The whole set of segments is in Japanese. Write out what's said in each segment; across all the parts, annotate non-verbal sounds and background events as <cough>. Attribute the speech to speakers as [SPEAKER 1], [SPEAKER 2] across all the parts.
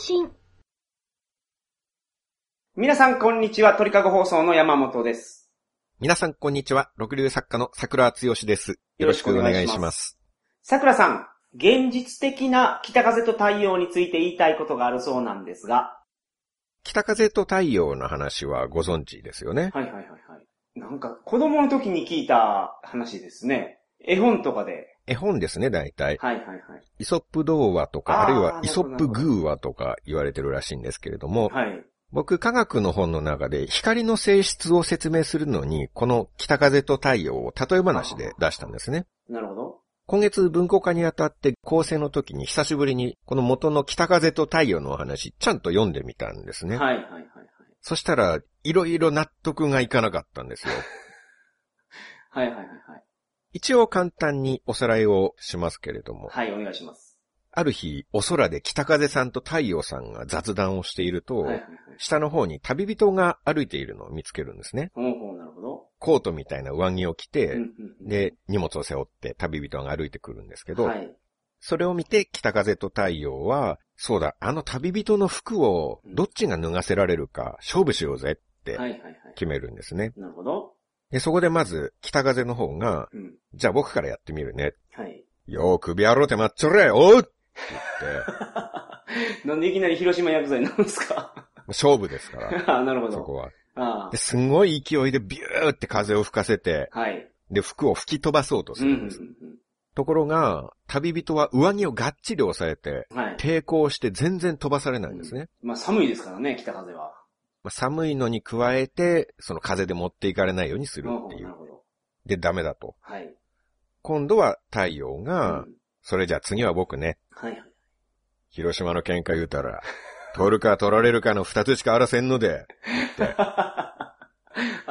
[SPEAKER 1] 信。
[SPEAKER 2] 皆さん、こんにちは。鳥かご放送の山本です。
[SPEAKER 3] 皆さん、こんにちは。六流作家の桜つよしです。よろしくお願いします。
[SPEAKER 2] 桜さん、現実的な北風と太陽について言いたいことがあるそうなんですが。
[SPEAKER 3] 北風と太陽の話はご存知ですよね。
[SPEAKER 2] はいはいはいはい。なんか、子供の時に聞いた話ですね。絵本とかで。
[SPEAKER 3] 絵本ですね、大体。
[SPEAKER 2] はいはいはい。
[SPEAKER 3] イソップ童話とか、
[SPEAKER 2] あー
[SPEAKER 3] あるい
[SPEAKER 2] なるほ
[SPEAKER 3] は
[SPEAKER 2] ど
[SPEAKER 3] イソップ偶話とか言われてるらしいんですけれども、
[SPEAKER 2] はい。
[SPEAKER 3] 僕、科学の本の中で光の性質を説明するのに、この北風と太陽を例え話で出したんですね。
[SPEAKER 2] なるほど。
[SPEAKER 3] 今月文庫化にあたって構成の時に久しぶりにこの元の北風と太陽のお話ちゃんと読んでみたんですね。
[SPEAKER 2] はいはいはいはい。
[SPEAKER 3] そしたらいろいろ納得がいかなかったんで
[SPEAKER 2] <laughs>
[SPEAKER 3] すよ。
[SPEAKER 2] はいはいはい
[SPEAKER 3] 一応簡単におさらいをしますけれども、
[SPEAKER 2] はい。はい、お願いします。
[SPEAKER 3] ある日お空で北風さんと太陽さんが雑談をしていると、
[SPEAKER 2] はいはいはい。
[SPEAKER 3] 下の方に旅人が歩いているのを見つけるんですね。
[SPEAKER 2] ほうほう、なるほど。
[SPEAKER 3] コートみたいな上着を着
[SPEAKER 2] うん
[SPEAKER 3] て、
[SPEAKER 2] うんうん
[SPEAKER 3] で、荷物を背負って旅人が歩いてくるんですけど、
[SPEAKER 2] はい。
[SPEAKER 3] それを見て北風と太陽は、そうだ、あの旅人の服をどっちが脱がせられるか勝負しようぜって
[SPEAKER 2] はいはいはい。
[SPEAKER 3] 決めるんですね。
[SPEAKER 2] なるほど。
[SPEAKER 3] で、そこでまず北風の方が、
[SPEAKER 2] うん。
[SPEAKER 3] じゃあ僕からやってみるね。
[SPEAKER 2] はい。 <laughs>
[SPEAKER 3] よーくびやろうて待っちょれおうって言って、
[SPEAKER 2] なんでいきなり広島薬剤なんですか <laughs>
[SPEAKER 3] 勝負ですから、
[SPEAKER 2] あなるほ
[SPEAKER 3] そこ
[SPEAKER 2] ど。
[SPEAKER 3] は。
[SPEAKER 2] あ
[SPEAKER 3] で、すごい勢いでビューって風を吹かせて、
[SPEAKER 2] あはい。
[SPEAKER 3] で、服を吹き飛ばそうとす
[SPEAKER 2] うんう
[SPEAKER 3] る
[SPEAKER 2] ん
[SPEAKER 3] んです。ところが、旅人は上着をがっちり押さえて、
[SPEAKER 2] うん。はい。
[SPEAKER 3] 抵抗して全然飛ばされないんですね。
[SPEAKER 2] まあ寒いですからね、北風は。
[SPEAKER 3] まあ寒いのに加えて、その風で持っていかれないようにする
[SPEAKER 2] ほう
[SPEAKER 3] っ
[SPEAKER 2] ほ
[SPEAKER 3] て
[SPEAKER 2] う
[SPEAKER 3] い
[SPEAKER 2] なる
[SPEAKER 3] う。
[SPEAKER 2] ほど。
[SPEAKER 3] で、ダメだと。
[SPEAKER 2] はい。
[SPEAKER 3] 今度は太陽が
[SPEAKER 2] う、ん
[SPEAKER 3] それじゃあ次は僕ね、
[SPEAKER 2] はいはい。
[SPEAKER 3] 広島の喧嘩言うたら、取るか取られるかの二つしかあらせんので、
[SPEAKER 2] <laughs> あ、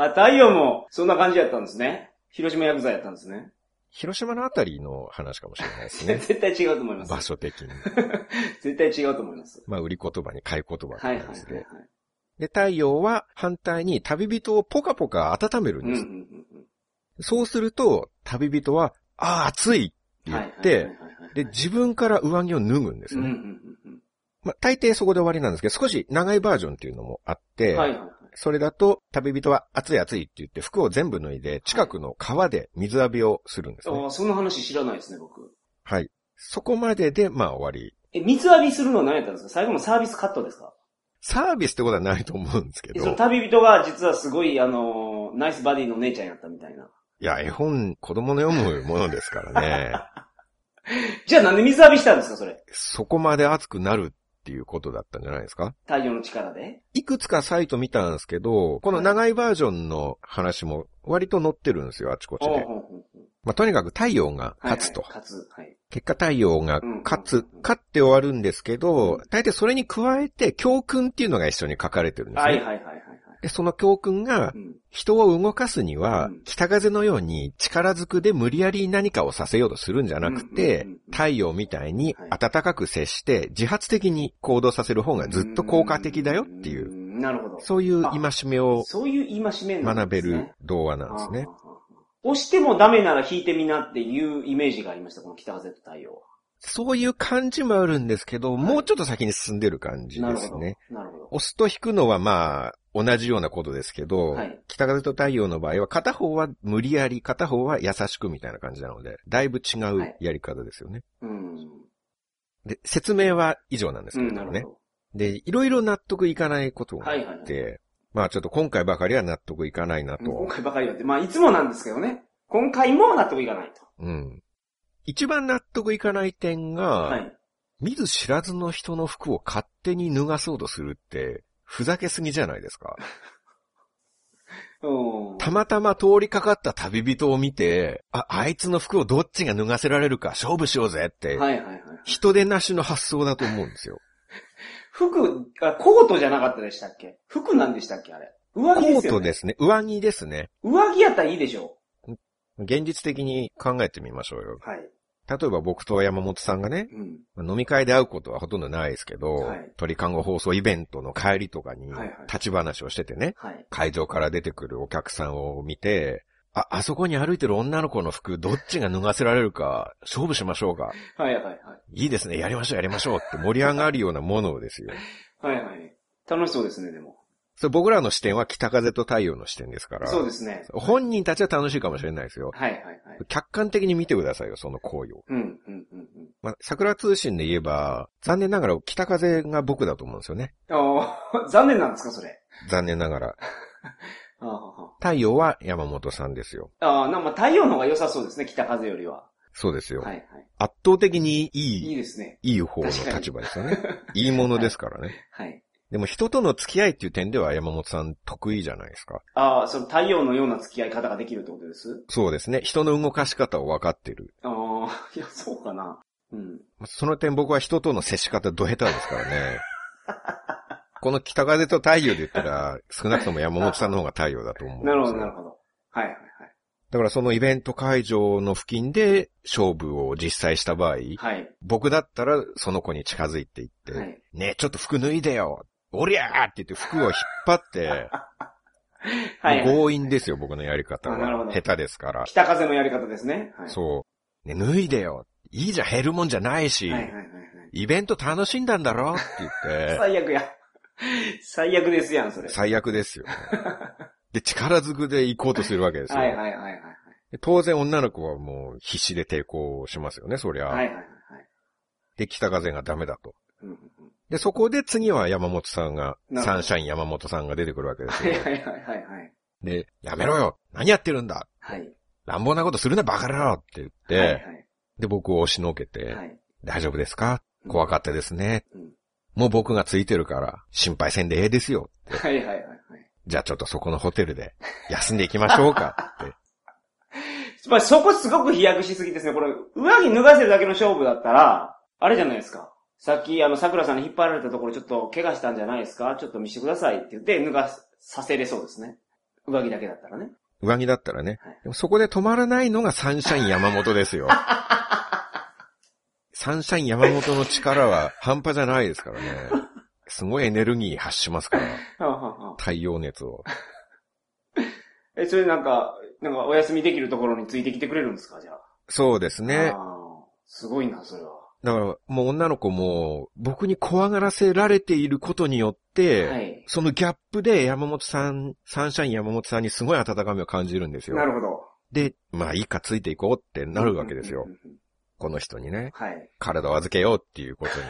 [SPEAKER 2] 太陽も、そんな感じやったんですね。広島薬剤やったんですね。
[SPEAKER 3] 広島のあたりの話かもしれないで
[SPEAKER 2] <laughs>
[SPEAKER 3] すね。
[SPEAKER 2] 絶対違うと思いま
[SPEAKER 3] 場
[SPEAKER 2] す。
[SPEAKER 3] 所的に。
[SPEAKER 2] 絶対違うと思います。
[SPEAKER 3] まあ、売り言葉に買い言葉
[SPEAKER 2] はい
[SPEAKER 3] な
[SPEAKER 2] はい
[SPEAKER 3] ん
[SPEAKER 2] は
[SPEAKER 3] で
[SPEAKER 2] い
[SPEAKER 3] す
[SPEAKER 2] はい
[SPEAKER 3] ね。。で、太陽は反対に旅人をポカポカ温める
[SPEAKER 2] うんんう
[SPEAKER 3] で
[SPEAKER 2] ん
[SPEAKER 3] す。
[SPEAKER 2] うん
[SPEAKER 3] そうすると、旅人は、ああ、暑いって
[SPEAKER 2] うん。
[SPEAKER 3] 言
[SPEAKER 2] はい
[SPEAKER 3] っ
[SPEAKER 2] はいはい
[SPEAKER 3] て、
[SPEAKER 2] はいはい
[SPEAKER 3] で、自分から上着を脱ぐんです
[SPEAKER 2] うん
[SPEAKER 3] ね。
[SPEAKER 2] うんうん
[SPEAKER 3] まあ、大抵そこで終わりなんですけど、少し長いバージョンっていうのもあって、
[SPEAKER 2] うん。はいはいはい。
[SPEAKER 3] それだと旅人は暑い暑いって言って服を全部脱いで近くの川で水浴びをするんですね。
[SPEAKER 2] ああ、その話知らないですね、僕。
[SPEAKER 3] はい。そこまでで、まあ終わり。
[SPEAKER 2] え、水浴びするのは何やったんですか最後のサービスカットですか
[SPEAKER 3] サービスってことはないと思うんですけ
[SPEAKER 2] え、その
[SPEAKER 3] ど、
[SPEAKER 2] 旅人が実はすごい、あのー、ナイスバディの姉ちゃんやったみたいな。
[SPEAKER 3] いや、絵本、子供の読むものですからね、
[SPEAKER 2] <laughs> じゃあなんで水浴びしたんですか、それ。
[SPEAKER 3] そこまで熱くなるっていうことだったんじゃないですか
[SPEAKER 2] 太陽の力で。
[SPEAKER 3] いくつかサイト見たんですけど、この長いバージョンの話も割と載ってるんですよ、あちこち
[SPEAKER 2] ほう
[SPEAKER 3] で。
[SPEAKER 2] ほうほうほう
[SPEAKER 3] まあ、とにかく太陽が
[SPEAKER 2] はいはい
[SPEAKER 3] 勝つと。
[SPEAKER 2] 勝つ。はい。
[SPEAKER 3] 結果太陽が勝つ、勝って終わるんですけど、大体それに加えて教訓っていうのが一緒に書かれてるんです
[SPEAKER 2] は
[SPEAKER 3] ね。
[SPEAKER 2] いはいはいはいはい。
[SPEAKER 3] で、その教訓が
[SPEAKER 2] う、ん。
[SPEAKER 3] 人を動かすには
[SPEAKER 2] うん、
[SPEAKER 3] 北風のように力ずくで無理やり何かをさせようとするんじゃなくて
[SPEAKER 2] うんうんうん、
[SPEAKER 3] 太陽みたいに
[SPEAKER 2] はい
[SPEAKER 3] 暖かく接して自発的に行動させる方がずっと効果的だよっていうう、
[SPEAKER 2] ん。なるほど。
[SPEAKER 3] そういう戒めを
[SPEAKER 2] そういう戒めなん
[SPEAKER 3] 学
[SPEAKER 2] で
[SPEAKER 3] べ
[SPEAKER 2] すね。
[SPEAKER 3] る童話なんですね
[SPEAKER 2] あ。あ。ああ押してもダメなら引いてみなっていうイメージがありました、この北風と太陽は。
[SPEAKER 3] そういう感じもあるんですけど、もうちょっと先に進んでる感じ
[SPEAKER 2] な
[SPEAKER 3] で
[SPEAKER 2] るほ
[SPEAKER 3] す
[SPEAKER 2] ど。
[SPEAKER 3] ね。
[SPEAKER 2] なるほど。
[SPEAKER 3] 押すと引くのはまあ、同じようなことですけど、
[SPEAKER 2] はい
[SPEAKER 3] 北風と太陽の場合は片方は無理やり、片方は優しくみたいな感じなので、だいぶ違うやり方ですよね。
[SPEAKER 2] うん。
[SPEAKER 3] で、説明は以上なんです
[SPEAKER 2] う
[SPEAKER 3] けれ
[SPEAKER 2] ん、
[SPEAKER 3] ど
[SPEAKER 2] な
[SPEAKER 3] も
[SPEAKER 2] る
[SPEAKER 3] ね。
[SPEAKER 2] ほ
[SPEAKER 3] で、いろいろ納得いかないこと
[SPEAKER 2] ど。
[SPEAKER 3] が
[SPEAKER 2] は
[SPEAKER 3] あ
[SPEAKER 2] いはいは
[SPEAKER 3] っ
[SPEAKER 2] い。
[SPEAKER 3] て、まあちょっと今回ばかりは納得いかないな
[SPEAKER 2] 今
[SPEAKER 3] と。
[SPEAKER 2] 回ばかりはって、まあいつもなんですけどね。今回も納得いかないと。
[SPEAKER 3] うん。一番納得いかない点が、
[SPEAKER 2] はい。
[SPEAKER 3] 見ず知らずの人の服を勝手に脱がそうとするって、ふざけすぎじゃないですか。
[SPEAKER 2] うん。
[SPEAKER 3] たまたま通りかかった旅人を見て、あ、あいつの服をどっちが脱がせられるか勝負しようぜって、
[SPEAKER 2] はいはいはい。
[SPEAKER 3] 人でなしの発想だと思うんですよ。
[SPEAKER 2] 服、あ、コートじゃなかったでしたっけ服なんでしたっけあれ。上着
[SPEAKER 3] コ
[SPEAKER 2] です
[SPEAKER 3] ー
[SPEAKER 2] よ、
[SPEAKER 3] ト
[SPEAKER 2] ね。
[SPEAKER 3] ですね。上着ですね。
[SPEAKER 2] 上着やったらいいでしょ
[SPEAKER 3] 現実的に考えてみましょうよ。
[SPEAKER 2] う。はい。
[SPEAKER 3] 例えば僕と山本さんがね、
[SPEAKER 2] うん。
[SPEAKER 3] 飲み会で会うことはほとんどないですけど、
[SPEAKER 2] はい
[SPEAKER 3] 鳥看護放送イベントの帰りとかに
[SPEAKER 2] はいはい
[SPEAKER 3] 立ち話をしててね、
[SPEAKER 2] はい。
[SPEAKER 3] 会場から出てくるお客さんを見て、あ、あそこに歩いてる女の子の服、どっちが脱がせられるか、勝負しましょうか。
[SPEAKER 2] はいはいはい。
[SPEAKER 3] いいですね、やりましょう、やりましょうって盛り上がるようなものをですよ。
[SPEAKER 2] はいはい。楽しそうですね、でも。
[SPEAKER 3] それ僕らの視点は北風と太陽の視点ですから。
[SPEAKER 2] そうですね。
[SPEAKER 3] 本人たちは楽しいかもしれないですよ。
[SPEAKER 2] はいはいはい。
[SPEAKER 3] 客観的に見てくださいよ、その行為を。
[SPEAKER 2] うん、うん、うん、うん。
[SPEAKER 3] まあ、桜通信で言えば、残念ながら北風が僕だと思うんですよね。
[SPEAKER 2] ああ、 <laughs> 残念なんですか、それ。
[SPEAKER 3] 残念ながら。
[SPEAKER 2] あーは
[SPEAKER 3] 太陽は山本さんですよ。
[SPEAKER 2] ーはーあー、なんか太陽の方が良さそうですね、北風よりは。
[SPEAKER 3] そうですよ。
[SPEAKER 2] はいはい。
[SPEAKER 3] 圧倒的に
[SPEAKER 2] い
[SPEAKER 3] い
[SPEAKER 2] い
[SPEAKER 3] い、
[SPEAKER 2] ですね。
[SPEAKER 3] いい方の立場ですよね。いいものですからね。
[SPEAKER 2] はい。
[SPEAKER 3] でも人との付き合いっていう点では山本さん得意じゃないですか。
[SPEAKER 2] ああ、その太陽のような付き合い方ができるってことです
[SPEAKER 3] そうですね。人の動かし方を分かってる。
[SPEAKER 2] ああ、いや、そうかな。うん。
[SPEAKER 3] まあその点僕は人との接し方ド下手ですから
[SPEAKER 2] <laughs>
[SPEAKER 3] ね。この北風と太陽で言ったら、少なくとも山本さんの方が太陽だと思うんです
[SPEAKER 2] な
[SPEAKER 3] よ
[SPEAKER 2] るほど、なるほど。はいはい
[SPEAKER 3] だからそのイベント会場の付近で勝負を実際した場合、
[SPEAKER 2] はい。はい。
[SPEAKER 3] 僕だったらその子に近づいていって、
[SPEAKER 2] はい。
[SPEAKER 3] ねえ、ちょっと服脱いでよおりゃーって言って服を引っ張
[SPEAKER 2] <laughs>
[SPEAKER 3] って、
[SPEAKER 2] はいはい。
[SPEAKER 3] 強引ですよ、僕のやり方
[SPEAKER 2] あなるほ
[SPEAKER 3] は
[SPEAKER 2] ど。
[SPEAKER 3] 下手ですから。
[SPEAKER 2] 北風のやり方ですね。はい。
[SPEAKER 3] そう。ね、脱いでよいいじゃん、減るもんじゃないし、
[SPEAKER 2] はいはいはい
[SPEAKER 3] イベント楽しんだんだろって
[SPEAKER 2] <laughs>
[SPEAKER 3] 言っ
[SPEAKER 2] はい。最悪や。最悪ですやん、それ。
[SPEAKER 3] て、最
[SPEAKER 2] <laughs>
[SPEAKER 3] 悪ですよ。で、力ずくで行こうとするわけですよ。
[SPEAKER 2] はいはいはいはい。
[SPEAKER 3] で当然女の子はもう必死で抵抗しますよね、そりゃ。
[SPEAKER 2] はいはいはいはい。
[SPEAKER 3] で、北風がダメだと。
[SPEAKER 2] うんうんうん
[SPEAKER 3] で、そこで次は山本さんが、
[SPEAKER 2] なるほど
[SPEAKER 3] サンシャイン山本さんが出てくるわけです
[SPEAKER 2] はい
[SPEAKER 3] よ。
[SPEAKER 2] はいはいはいはい。
[SPEAKER 3] で、やめろよ何やってるんだ
[SPEAKER 2] はい。
[SPEAKER 3] 乱暴なことするなバカ野郎って言って、
[SPEAKER 2] はいはい
[SPEAKER 3] で、僕を押しのけて、
[SPEAKER 2] はい。
[SPEAKER 3] 大丈夫ですか怖かったですね。
[SPEAKER 2] うん
[SPEAKER 3] もう僕がついてるから、心配せんでええですよ。
[SPEAKER 2] はいはいはいはい。
[SPEAKER 3] じゃあちょっとそこのホテルで、休んでいきましょ
[SPEAKER 2] <laughs>
[SPEAKER 3] うかって。
[SPEAKER 2] まあ、そこすごく飛躍しすぎですね。これ、上着脱がせるだけの勝負だったら、あれじゃないですか。さっき、あの、桜さんに引っ張られたところ、ちょっと怪我したんじゃないですかちょっと見せてくださいって言って、脱がさせれそうですね。上着だけだったらね。
[SPEAKER 3] 上着だったらね
[SPEAKER 2] はい。
[SPEAKER 3] でもそこで止まらないのがサンシャイン山本で
[SPEAKER 2] <laughs>
[SPEAKER 3] すよ。サンシャイン山本の力は半端じゃないですからね。すごいエネルギー発しますから、
[SPEAKER 2] はあはあはあ
[SPEAKER 3] 太陽熱を。
[SPEAKER 2] え、それなんか、なんかお休みできるところについてきてくれるんですかじゃあ。
[SPEAKER 3] そうですね
[SPEAKER 2] あ。ー。すごいな、それは。
[SPEAKER 3] だから、もう女の子も、僕に怖がらせられていることによって、
[SPEAKER 2] はい。
[SPEAKER 3] そのギャップで山本さん、サンシャイン山本さんにすごい温かみを感じるんですよ
[SPEAKER 2] な。るほど。
[SPEAKER 3] で、まあいいかついていこうってなるわけですよ
[SPEAKER 2] うん。うんうんうん。
[SPEAKER 3] この人にね、
[SPEAKER 2] はい。
[SPEAKER 3] 体を預けようっていうことに。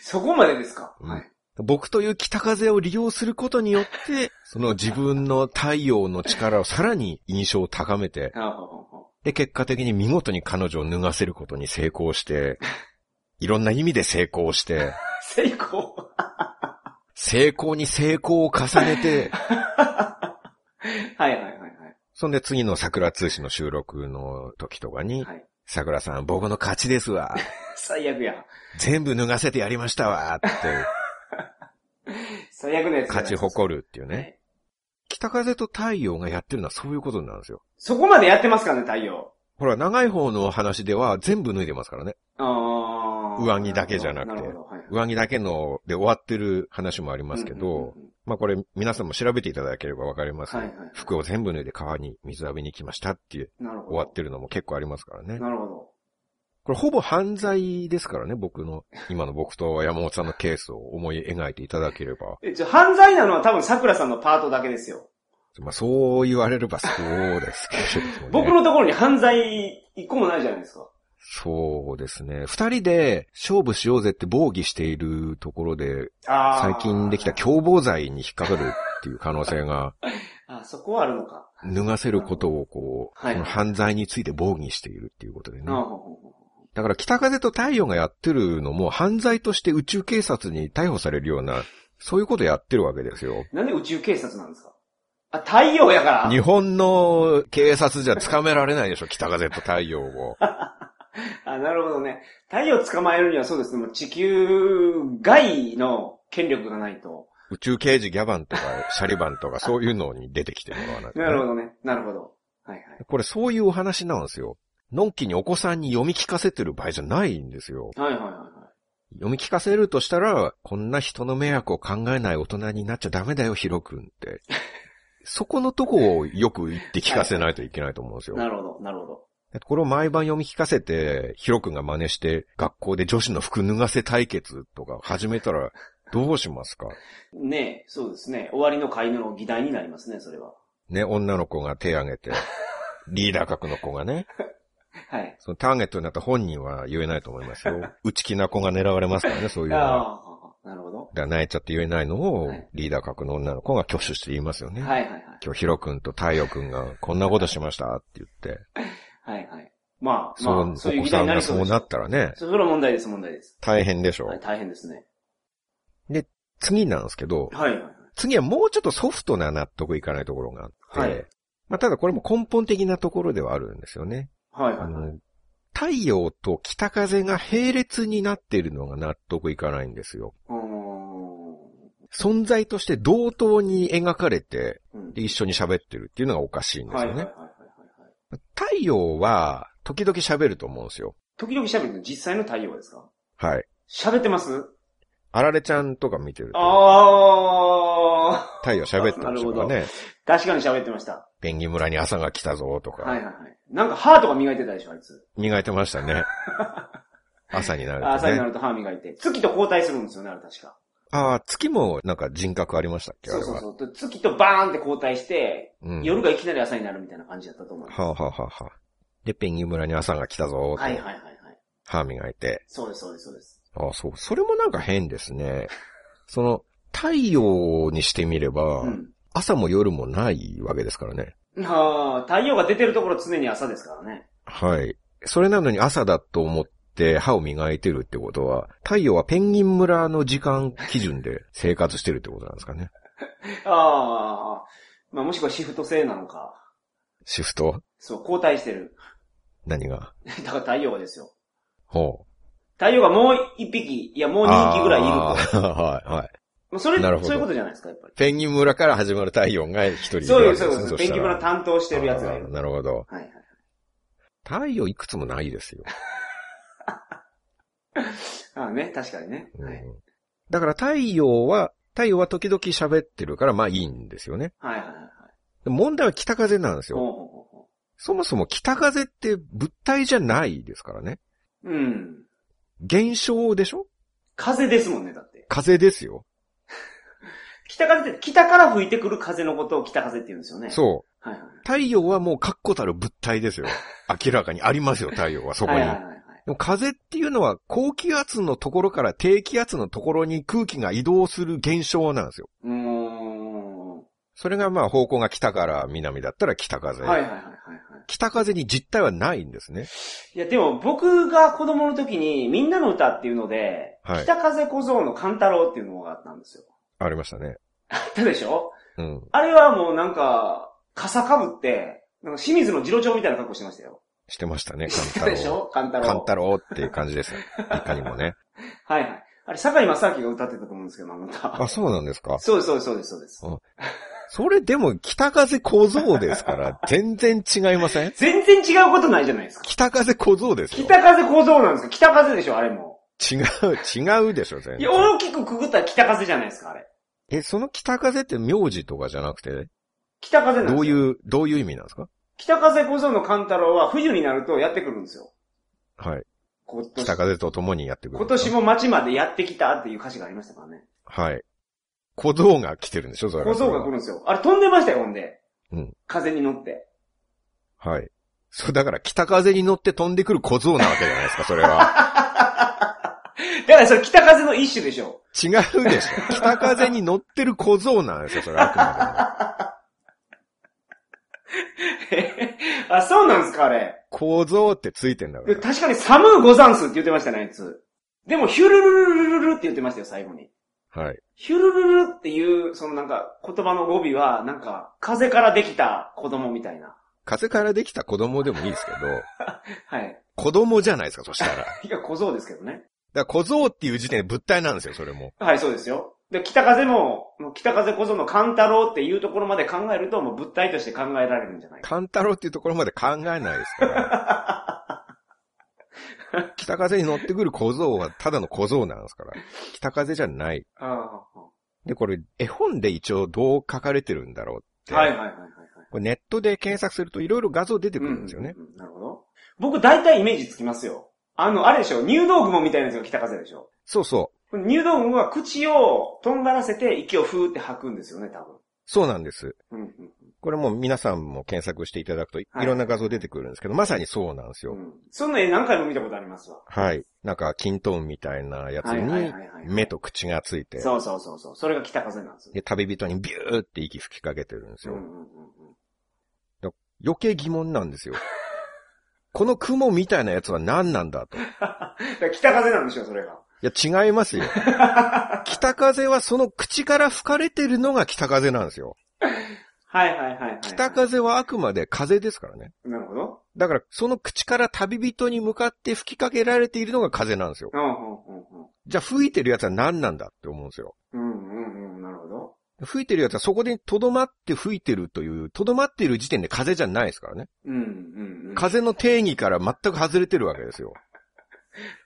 [SPEAKER 2] そこまでですか、
[SPEAKER 3] うん
[SPEAKER 2] はい。
[SPEAKER 3] 僕という北風を利用することによって、その自分の太陽の力をさらに印象を高め
[SPEAKER 2] は
[SPEAKER 3] て、
[SPEAKER 2] あはあはあはあ
[SPEAKER 3] で、結果的に見事に彼女を脱がせることに成功して、いろんな意味で成功して、
[SPEAKER 2] 成功。
[SPEAKER 3] 成功に成功を重ねて、 <laughs>
[SPEAKER 2] はいはいはいはい。
[SPEAKER 3] そんで次の桜通信の収録の時とかに、
[SPEAKER 2] はい
[SPEAKER 3] 桜さん僕の勝ちですわ。
[SPEAKER 2] 最悪や。
[SPEAKER 3] 全部脱がせてやりましたわ。って、
[SPEAKER 2] <laughs> 最悪のやつ。
[SPEAKER 3] 勝ち誇るっていう
[SPEAKER 2] は
[SPEAKER 3] ね。
[SPEAKER 2] い。
[SPEAKER 3] 北風と太陽がやってるのはそういうことなんですよ。
[SPEAKER 2] そこまでやってますかね、太陽。
[SPEAKER 3] ほら、長い方の話では全部脱いでますからね。
[SPEAKER 2] あー
[SPEAKER 3] 上着だけじゃなくて
[SPEAKER 2] るほどはい
[SPEAKER 3] 上着だけので終わってる話もありますけ
[SPEAKER 2] うんうん
[SPEAKER 3] ど
[SPEAKER 2] う、んうん
[SPEAKER 3] まあこれ皆さんも調べていただければわかりますよ
[SPEAKER 2] はいはい
[SPEAKER 3] 服を全部脱いで川に水浴びに行きましたっていう
[SPEAKER 2] なるほど。
[SPEAKER 3] 終わってるのも結構ありますからね。
[SPEAKER 2] なるほど。
[SPEAKER 3] これほぼ犯罪ですからね、僕の、今の僕と山本さんのケースを思い描いていただければ。
[SPEAKER 2] え、じゃあ犯罪なのは多分桜さんのパートだけですよ。
[SPEAKER 3] まあそう言われればそうですけれども、ね。
[SPEAKER 2] 僕のところに犯罪一個もないじゃないですか。
[SPEAKER 3] そうですね。二人で勝負しようぜって防御しているところで、
[SPEAKER 2] あー
[SPEAKER 3] 最近できた共謀罪に引っかかるっていう可能性が、
[SPEAKER 2] あ、そこはあるのか。
[SPEAKER 3] 脱がせることをこう、
[SPEAKER 2] はい
[SPEAKER 3] その犯罪について防御しているっていうことでね
[SPEAKER 2] あ。ーほうほうほう
[SPEAKER 3] だから北風と太陽がやってるのも犯罪として宇宙警察に逮捕されるような、そういうことやってるわけですよ。
[SPEAKER 2] なんで宇宙警察なんですかあ、太陽やから。
[SPEAKER 3] 日本の警察じゃ掴められないでしょ、北風と太陽を。
[SPEAKER 2] あ、なるほどね。太陽を捕まえるにはそうですね。もう地球外の権力がないと。
[SPEAKER 3] 宇宙刑事ギャバンとか、シャリバンとか、そういうのに出てきてもらわないとね、
[SPEAKER 2] なるほどね。なるほど。はいはい。
[SPEAKER 3] これそういうお話なんですよ。のんきにお子さんに読み聞かせてる場合じゃないんですよ。
[SPEAKER 2] はいはいはいはい。
[SPEAKER 3] 読み聞かせるとしたら、こんな人の迷惑を考えない大人になっちゃダメだよ、ヒロ君って。そこのとこをよく言って聞かせないといけないと思うんですよ。
[SPEAKER 2] なるほど、なるほど。
[SPEAKER 3] これを毎晩読み聞かせて、ヒロ君が真似して、学校で女子の服脱がせ対決とか始め
[SPEAKER 2] <laughs>
[SPEAKER 3] たら、どうしますか
[SPEAKER 2] ねえ、そうですね。終わりの会の議題になりますね、それは。
[SPEAKER 3] ね、女の子が手挙げて、リーダー格の子がね、
[SPEAKER 2] はい。
[SPEAKER 3] そのターゲットになった本人は言えないと思いま
[SPEAKER 2] <laughs>
[SPEAKER 3] すよ。内気な子が狙われますからね、そういうのは。
[SPEAKER 2] ああ、なるほど。
[SPEAKER 3] だから泣いちゃって言えないのを
[SPEAKER 2] はい、
[SPEAKER 3] リーダー格の女の子が挙手して言いますよね。
[SPEAKER 2] はいはいはい。
[SPEAKER 3] 今日ヒロ君と太陽君がこんなことしましたって言って、
[SPEAKER 2] はいはい。まあ、
[SPEAKER 3] その
[SPEAKER 2] ま
[SPEAKER 3] お
[SPEAKER 2] あ、そういう
[SPEAKER 3] 子
[SPEAKER 2] 議題
[SPEAKER 3] さん
[SPEAKER 2] にな
[SPEAKER 3] が
[SPEAKER 2] りそう
[SPEAKER 3] そ
[SPEAKER 2] で
[SPEAKER 3] う
[SPEAKER 2] す。
[SPEAKER 3] なったらね、
[SPEAKER 2] それは問題です、問題です。
[SPEAKER 3] 大変でしょ
[SPEAKER 2] はい、大変ですね。
[SPEAKER 3] 次なんですけど、
[SPEAKER 2] はいはいはい。
[SPEAKER 3] 次はもうちょっとソフトな納得いかないところがあって、
[SPEAKER 2] はい
[SPEAKER 3] まあただこれも根本的なところではあるんですよね。
[SPEAKER 2] はい
[SPEAKER 3] あ
[SPEAKER 2] はいはい。
[SPEAKER 3] の、太陽と北風が並列になっているのが納得いかないんですよ。
[SPEAKER 2] うー
[SPEAKER 3] 存在として同等に描かれて、
[SPEAKER 2] んうん
[SPEAKER 3] で一緒に喋ってるっていうのがおかしいんで
[SPEAKER 2] は
[SPEAKER 3] す
[SPEAKER 2] い
[SPEAKER 3] よ
[SPEAKER 2] はいはいはい
[SPEAKER 3] ね
[SPEAKER 2] はい。。
[SPEAKER 3] 太陽は、時々喋ると思うんですよ。
[SPEAKER 2] 時々喋るの実際の対応ですか
[SPEAKER 3] はい。
[SPEAKER 2] 喋ってます
[SPEAKER 3] あられちゃんとか見てると、
[SPEAKER 2] ああ、
[SPEAKER 3] 太陽喋ってるんでしょうか
[SPEAKER 2] な
[SPEAKER 3] ね。
[SPEAKER 2] 確かに喋ってました。
[SPEAKER 3] ペンギン村に朝が来たぞとか、
[SPEAKER 2] はいはいはい。なんか歯とか磨いてたでしょ、あいつ。
[SPEAKER 3] 磨いてまし
[SPEAKER 2] <laughs>
[SPEAKER 3] たね。朝になるとね。
[SPEAKER 2] 朝になると歯磨いて。月と交代するんですよね、あれ確か。
[SPEAKER 3] ああ、月もなんか人格ありましたっけあ
[SPEAKER 2] そ
[SPEAKER 3] れ
[SPEAKER 2] う
[SPEAKER 3] は。
[SPEAKER 2] そうそう。で月とバーンって交代して、
[SPEAKER 3] うん。
[SPEAKER 2] 夜がいきなり朝になるみたいな感じだったと思う。
[SPEAKER 3] はあ、はあはあはあ、で、ペンギン村に朝が来たぞと、
[SPEAKER 2] はいはいはいはい。
[SPEAKER 3] 歯磨いて。
[SPEAKER 2] そうですそうですそうです。
[SPEAKER 3] ああ、そう。それもなんか変ですね。 <laughs> その、太陽にしてみれば、
[SPEAKER 2] うん。
[SPEAKER 3] 朝も夜もないわけですからね。
[SPEAKER 2] ああ、太陽が出てるところ常に朝ですからね。
[SPEAKER 3] はい。それなのに朝だと思って歯を磨いてるってことは、太陽はペンギン村の時間基準
[SPEAKER 2] <laughs>
[SPEAKER 3] で生活してるってことなんですかね。
[SPEAKER 2] ああ、まあもしくはシフト制なのか。
[SPEAKER 3] シフト
[SPEAKER 2] そう、交代してる。 <laughs>
[SPEAKER 3] 何が
[SPEAKER 2] だから太陽がですよ。
[SPEAKER 3] ほ
[SPEAKER 2] 太陽がもう一匹、いやもう
[SPEAKER 3] う。
[SPEAKER 2] 二匹ぐらいいる
[SPEAKER 3] あ
[SPEAKER 2] と。
[SPEAKER 3] ー <laughs> はい、はい。
[SPEAKER 2] まあそれ、
[SPEAKER 3] なるほど
[SPEAKER 2] そういうことじゃないですか、やっぱり。
[SPEAKER 3] ペンギン村から始まる太陽が一人いる
[SPEAKER 2] そう
[SPEAKER 3] わ
[SPEAKER 2] い
[SPEAKER 3] け
[SPEAKER 2] う、そう
[SPEAKER 3] ね
[SPEAKER 2] いう、ペンギン村担当してるやつがいる
[SPEAKER 3] あー。なるほど。
[SPEAKER 2] はいはい。
[SPEAKER 3] 太陽いくつもないですよ。
[SPEAKER 2] ああね、確かにね。
[SPEAKER 3] うん
[SPEAKER 2] はい
[SPEAKER 3] だから太陽は、太陽は時々喋ってるからまあいいんですよね。
[SPEAKER 2] はいはいはいはい。
[SPEAKER 3] で問題は北風なんです
[SPEAKER 2] ほうほ
[SPEAKER 3] よ。
[SPEAKER 2] うほうほ
[SPEAKER 3] そもそも北風って物体じゃないですからね。
[SPEAKER 2] う。うん。
[SPEAKER 3] 現象でしょ
[SPEAKER 2] 風ですもんね、だって。
[SPEAKER 3] 風ですよ。
[SPEAKER 2] 北風って、北から吹いてくる風のことを北風って言うんですよね。う。
[SPEAKER 3] そう。
[SPEAKER 2] はいはい。
[SPEAKER 3] 太陽はもう確固たる物
[SPEAKER 2] <laughs>
[SPEAKER 3] 体ですよ。明らかにありますよ、太陽はそこに。
[SPEAKER 2] はいはいはいはい。
[SPEAKER 3] でも風っていうのは高気圧のところから低気圧のところに空気が移動する現象なんですよ。
[SPEAKER 2] うーん。は
[SPEAKER 3] それがまあ方向が北から南だったら北風。
[SPEAKER 2] いはいはいはいはい。
[SPEAKER 3] 北風に実体はないんですね。
[SPEAKER 2] いや、でも僕が子供の時に、みんなの歌っていうので、
[SPEAKER 3] はい
[SPEAKER 2] 北風小僧の勘太郎っていうのがあったんですよ。
[SPEAKER 3] ありましたね。
[SPEAKER 2] あったでしょ
[SPEAKER 3] うん。
[SPEAKER 2] あれはもうなんか、傘かぶって、なんか清水の次郎長みたいな格好してましたよ。
[SPEAKER 3] してましたね、
[SPEAKER 2] し
[SPEAKER 3] カ
[SPEAKER 2] た
[SPEAKER 3] ン
[SPEAKER 2] でし
[SPEAKER 3] タロ
[SPEAKER 2] ょ勘太
[SPEAKER 3] ウ。
[SPEAKER 2] 郎。
[SPEAKER 3] カンタロウっていう感じ
[SPEAKER 2] <laughs>
[SPEAKER 3] です。いかにもね。
[SPEAKER 2] はいはい。あれ、坂井正明が歌ってたと思うんですけど、あの歌。
[SPEAKER 3] あ、そうなんですか。
[SPEAKER 2] そうです、そうです、そうです、そうです
[SPEAKER 3] あ。それでも北風小僧で
[SPEAKER 2] <laughs>
[SPEAKER 3] すから、全然違いません
[SPEAKER 2] 全然違うことないじゃないですか。
[SPEAKER 3] 北風小僧ですよ。
[SPEAKER 2] 北風小僧なんですか北風でしょ、あれも。
[SPEAKER 3] 違う、違うでしょ、全
[SPEAKER 2] いや、
[SPEAKER 3] 然。
[SPEAKER 2] 大きくくぐったら北風じゃないですか、あれ。
[SPEAKER 3] え、その北風って名字とかじゃなくて、
[SPEAKER 2] 北風なんですよ。
[SPEAKER 3] どういう、どういう意味なんですか
[SPEAKER 2] 北風小僧の勘太郎は冬になるとやってくるんですよ。
[SPEAKER 3] はい。
[SPEAKER 2] 今年
[SPEAKER 3] 北風と共にやってくる。
[SPEAKER 2] 今年。も街までやってきたっていう歌詞がありましたからね。
[SPEAKER 3] はい。小僧が来てるんでしょ、それは
[SPEAKER 2] 小僧が来るんですよ。あれ飛んでましたよ、ほんで。
[SPEAKER 3] うん
[SPEAKER 2] 風に乗って。
[SPEAKER 3] はい。そう、だから北風に乗って飛んでくる小僧なわけじゃないですか、それは。
[SPEAKER 2] だからそれ北風の一種でしょ。 <laughs>
[SPEAKER 3] 違うでしょ。北風に乗ってる小僧なんですよ、それはあ
[SPEAKER 2] あ、そうなんですか、あれ。
[SPEAKER 3] くまでも。小僧ってついてんだか
[SPEAKER 2] で
[SPEAKER 3] ら。
[SPEAKER 2] 確かに寒うござんすって言ってましたね、あいつ。でも、ヒュルルルルルルって言ってましたよ、最後に。
[SPEAKER 3] はい。
[SPEAKER 2] ヒュルルルっていう、そのなんか、言葉の語尾は、なんか、風からできた子供みたいな。
[SPEAKER 3] 風からできた子供でもいいですけど、
[SPEAKER 2] はい。
[SPEAKER 3] 子供じゃないですか、そしたら。だか
[SPEAKER 2] いや、小僧ですけどね。
[SPEAKER 3] ら小僧っていう時点で物体なんですよ、それも。
[SPEAKER 2] はい、そうですよ。で、北風も、もう北風小僧の勘太郎っていうところまで考えると、もう物体として考えられるんじゃないか。
[SPEAKER 3] カンタロウっていうところまで考えないですから。
[SPEAKER 2] <laughs>
[SPEAKER 3] 北風に乗ってくる小僧はただの小僧なんですから。北風じゃない。
[SPEAKER 2] ああ。
[SPEAKER 3] で、これ、絵本で一応どう書かれてるんだろうって、
[SPEAKER 2] はいはいはいはいはい。
[SPEAKER 3] これネットで検索するといろいろ画像出てくるんですよね。
[SPEAKER 2] うんうんうんなるほど。僕大体イメージつきますよ。あの、あれでしょ、入道雲みたいなやつが北風でしょ。
[SPEAKER 3] そうそう。
[SPEAKER 2] これ入道雲は口をとんがらせて息をふーって吐くんですよね、多
[SPEAKER 3] そうなんです。
[SPEAKER 2] 分。うんうん
[SPEAKER 3] これも皆さんも検索していただくとい
[SPEAKER 2] はい
[SPEAKER 3] いろんな画像出てくるんですけど、まさにそうなんですよ。
[SPEAKER 2] うん。その絵何回も見たことありますわ。
[SPEAKER 3] はい。なんか、均等みたいなやつ
[SPEAKER 2] はいはい
[SPEAKER 3] に
[SPEAKER 2] はいはい。
[SPEAKER 3] 目と口がついて、
[SPEAKER 2] そうそうそうそう。それが北風なんですよ。
[SPEAKER 3] で、旅人にビューって息吹きかけてるんです
[SPEAKER 2] うん
[SPEAKER 3] よ
[SPEAKER 2] う。んうんうん
[SPEAKER 3] 余計疑問なんですよ。 <laughs> この雲みたいなやつは何なんだと。い
[SPEAKER 2] だから北風なんでしょ、それが。
[SPEAKER 3] や、違いますよ。北風はその口から吹かれてるのが北風なんですよ。
[SPEAKER 2] はいはいはいはい。
[SPEAKER 3] 北。風はあくまで風ですからね。
[SPEAKER 2] なるほど。
[SPEAKER 3] だから、その口から旅人に向かって吹きかけられているのが風なんですよ。
[SPEAKER 2] うんうん
[SPEAKER 3] じゃあ、吹いてるやつは何なんだって思うんですよ。
[SPEAKER 2] うんうん。うんうんうん、なるほど。
[SPEAKER 3] 吹いてるやつはそこで留まって吹いてるという、留まっている時点で風じゃないですからね。
[SPEAKER 2] うんうんうん。
[SPEAKER 3] 風の定義から全く外れてるわけですよ。